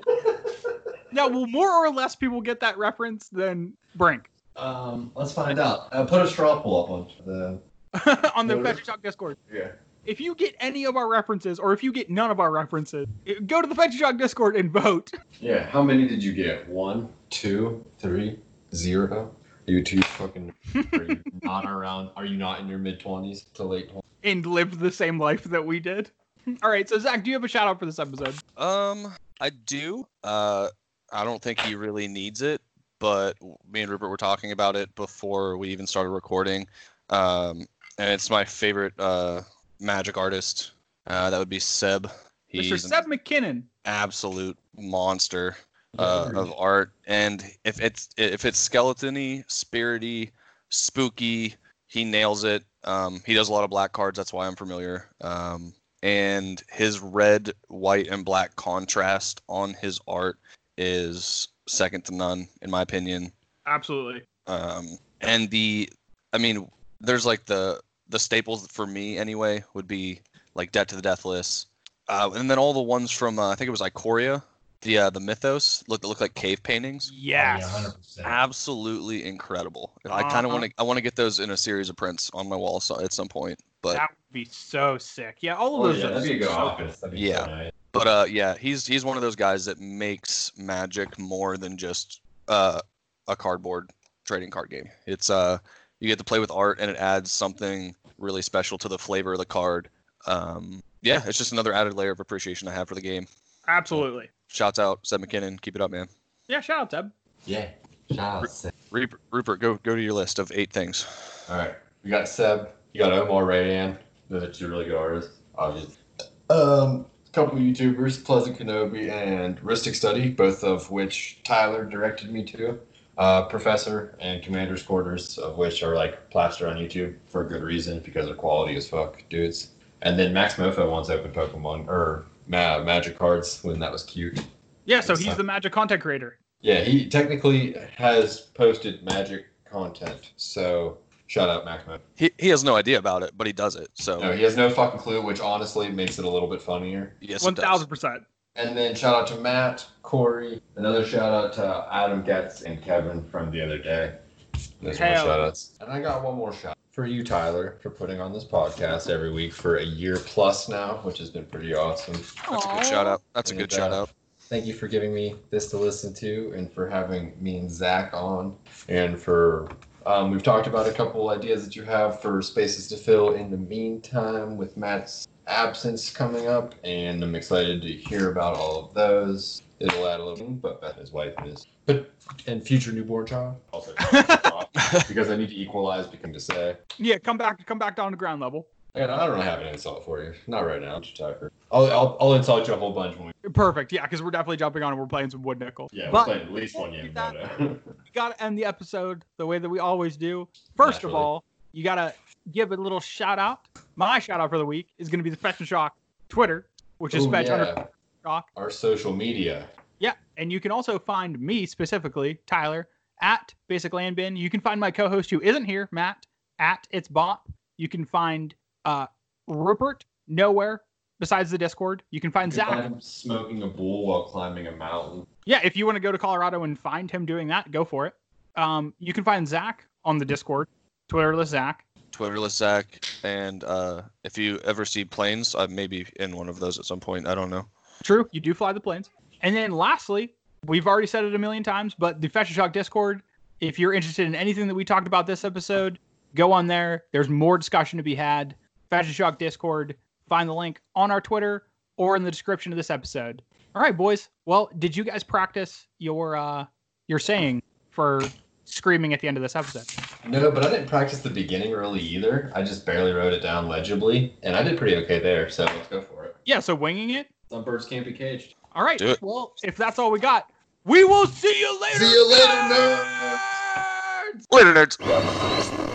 D: Now, will more or less people get that reference than Brink
C: Um, let's find out. Uh, put a straw pull up on the.
D: on the
C: Yeah.
D: Fetch and Shock Discord?
C: Yeah.
D: If you get any of our references, or if you get none of our references, go to the Fetch and Shock Discord and vote.
C: Yeah. How many did you get? One, two, three, zero. You two fucking. Are you not around? Are you not in your mid twenties to late twenties?
D: and lived the same life that we did. All right, so Zach, do you have a shout out for this episode?
E: Um, I do. Uh, I don't think he really needs it, but me and Rupert were talking about it before we even started recording. Um, and it's my favorite uh, magic artist. Uh, that would be Seb. He's
D: Mr.
E: an
D: Seb McKinnon.
E: absolute monster uh, of art. And if it's if it's skeletony, spirity, spooky, he nails it. Um, he does a lot of black cards. That's why I'm familiar. Um, and his red, white, and black contrast on his art is second to none, in my opinion.
D: Absolutely.
E: Um, and the, I mean, there's like the the staples for me anyway would be like Debt to the Deathless, uh, and then all the ones from uh, I think it was Icoria, the uh, the Mythos look look like cave paintings.
D: Yes.
E: Absolutely incredible. And I
D: Uh-huh.
E: kind of want to I want to get those in a series of prints on my wall so, at some point. But
D: That would be so sick. Yeah, all of
C: Oh,
D: those.
C: yeah, that'd be a good
D: so-
C: office. That'd be
E: Yeah.
C: so nice.
E: but uh, yeah, he's he's one of those guys that makes magic more than just uh, a cardboard trading card game. It's uh, you get to play with art, and it adds something really special to the flavor of the card. Um, yeah, it's just another added layer of appreciation I have for the game.
D: Absolutely.
E: Shouts out Seb McKinnon, keep it up, man.
D: Yeah, shout out Seb.
C: Yeah. Shout out. Seb.
E: Rupert, Rupert go go to your list of eight things.
C: All right. We got Seb. You got Omar Rayan. Those are two really good artists, obviously. Um, a couple YouTubers, Pleasant Kenobi and Ristic Study, both of which Tyler directed me to. Uh, Professor and Commander's Quarters, of which are like plastered on YouTube for good reason because they're quality as fuck, dudes. And then Max Mofo once opened Pokemon or Ma- Magic cards when that was cute.
D: Yeah, so
C: Yes,
D: he's
C: sir.
D: the magic content creator.
C: Yeah, he technically has posted Magic content, so shout out Max Mofo.
E: He, he has no idea about it, but he does it. So
C: No, he has no fucking clue, which honestly makes it a little bit funnier.
E: yes,
D: One
E: it does.
D: thousand percent.
C: And then shout out to Matt, Corey. Another shout out to Adam Getz and Kevin from the other day. Those are my
D: Hell.
C: shout outs. And I got one more shout for you, Tyler, for putting on this podcast every week for a year plus now, which has been pretty awesome.
E: That's a good shout out. That's a
C: And,
E: good shout
C: uh,
E: out.
C: Thank you for giving me this to listen to and for having me and Zach on. And for, um, we've talked about a couple ideas that you have for spaces to fill in the meantime with Matt's absence coming up. And I'm excited to hear about all of mm, those. It'll add a little, but Beth, his wife, is. But, and future newborn child. Also, because I need to equalize become to say.
D: Yeah, come back, come back down to ground level.
C: And I don't have an insult for you. Not right now, Tucker. I'll, I'll, I'll insult you a whole bunch when we
D: Perfect. Yeah, because we're definitely jumping on and we're playing some wood nickel.
C: yeah we're
D: but
C: playing at least one game.
D: That-
C: Moto.
D: we gotta end the episode the way that we always do. First of
C: Naturally.
D: all, you gotta give a little shout out. My shout out for the week is gonna be the Fetch and Shock Twitter, which is
C: Ooh,
D: Fetch
C: yeah,
D: under Shock.
C: our social media.
D: Yeah, and you can also find me specifically, Tyler, at Basic Land Bin. You can find my co-host who isn't here, Matt, at It's Bop. You can find uh, Rupert nowhere besides the Discord. You can find
C: You can
D: Zach.
C: find him smoking a bull while climbing a mountain.
D: yeah, if you want to go to Colorado and find him doing that, go for it. Um, you can find Zach on the Discord, Twitterless Zach.
E: Twitterless Zach, and uh, if you ever see planes, I may be in one of those at some point. I don't know.
D: True, you do fly the planes. And then lastly, we've already said it a million times, but the Fashion Shock Discord, if you're interested in anything that we talked about this episode, go on there. There's more discussion to be had. Fashion Shock Discord, find the link on our Twitter or in the description of this episode. All right, boys. Well, did you guys practice your uh your saying for screaming at the end of this episode?
C: No, but I didn't practice the beginning really either. I just barely wrote it down legibly, and I did pretty okay there. So let's go for it.
D: Yeah, so winging it.
C: Some birds can't be caged.
D: All right.
E: Do it.
D: Well, if that's all we got, we will see you later.
C: See you later, nerds.
D: nerds!
E: Later, nerds.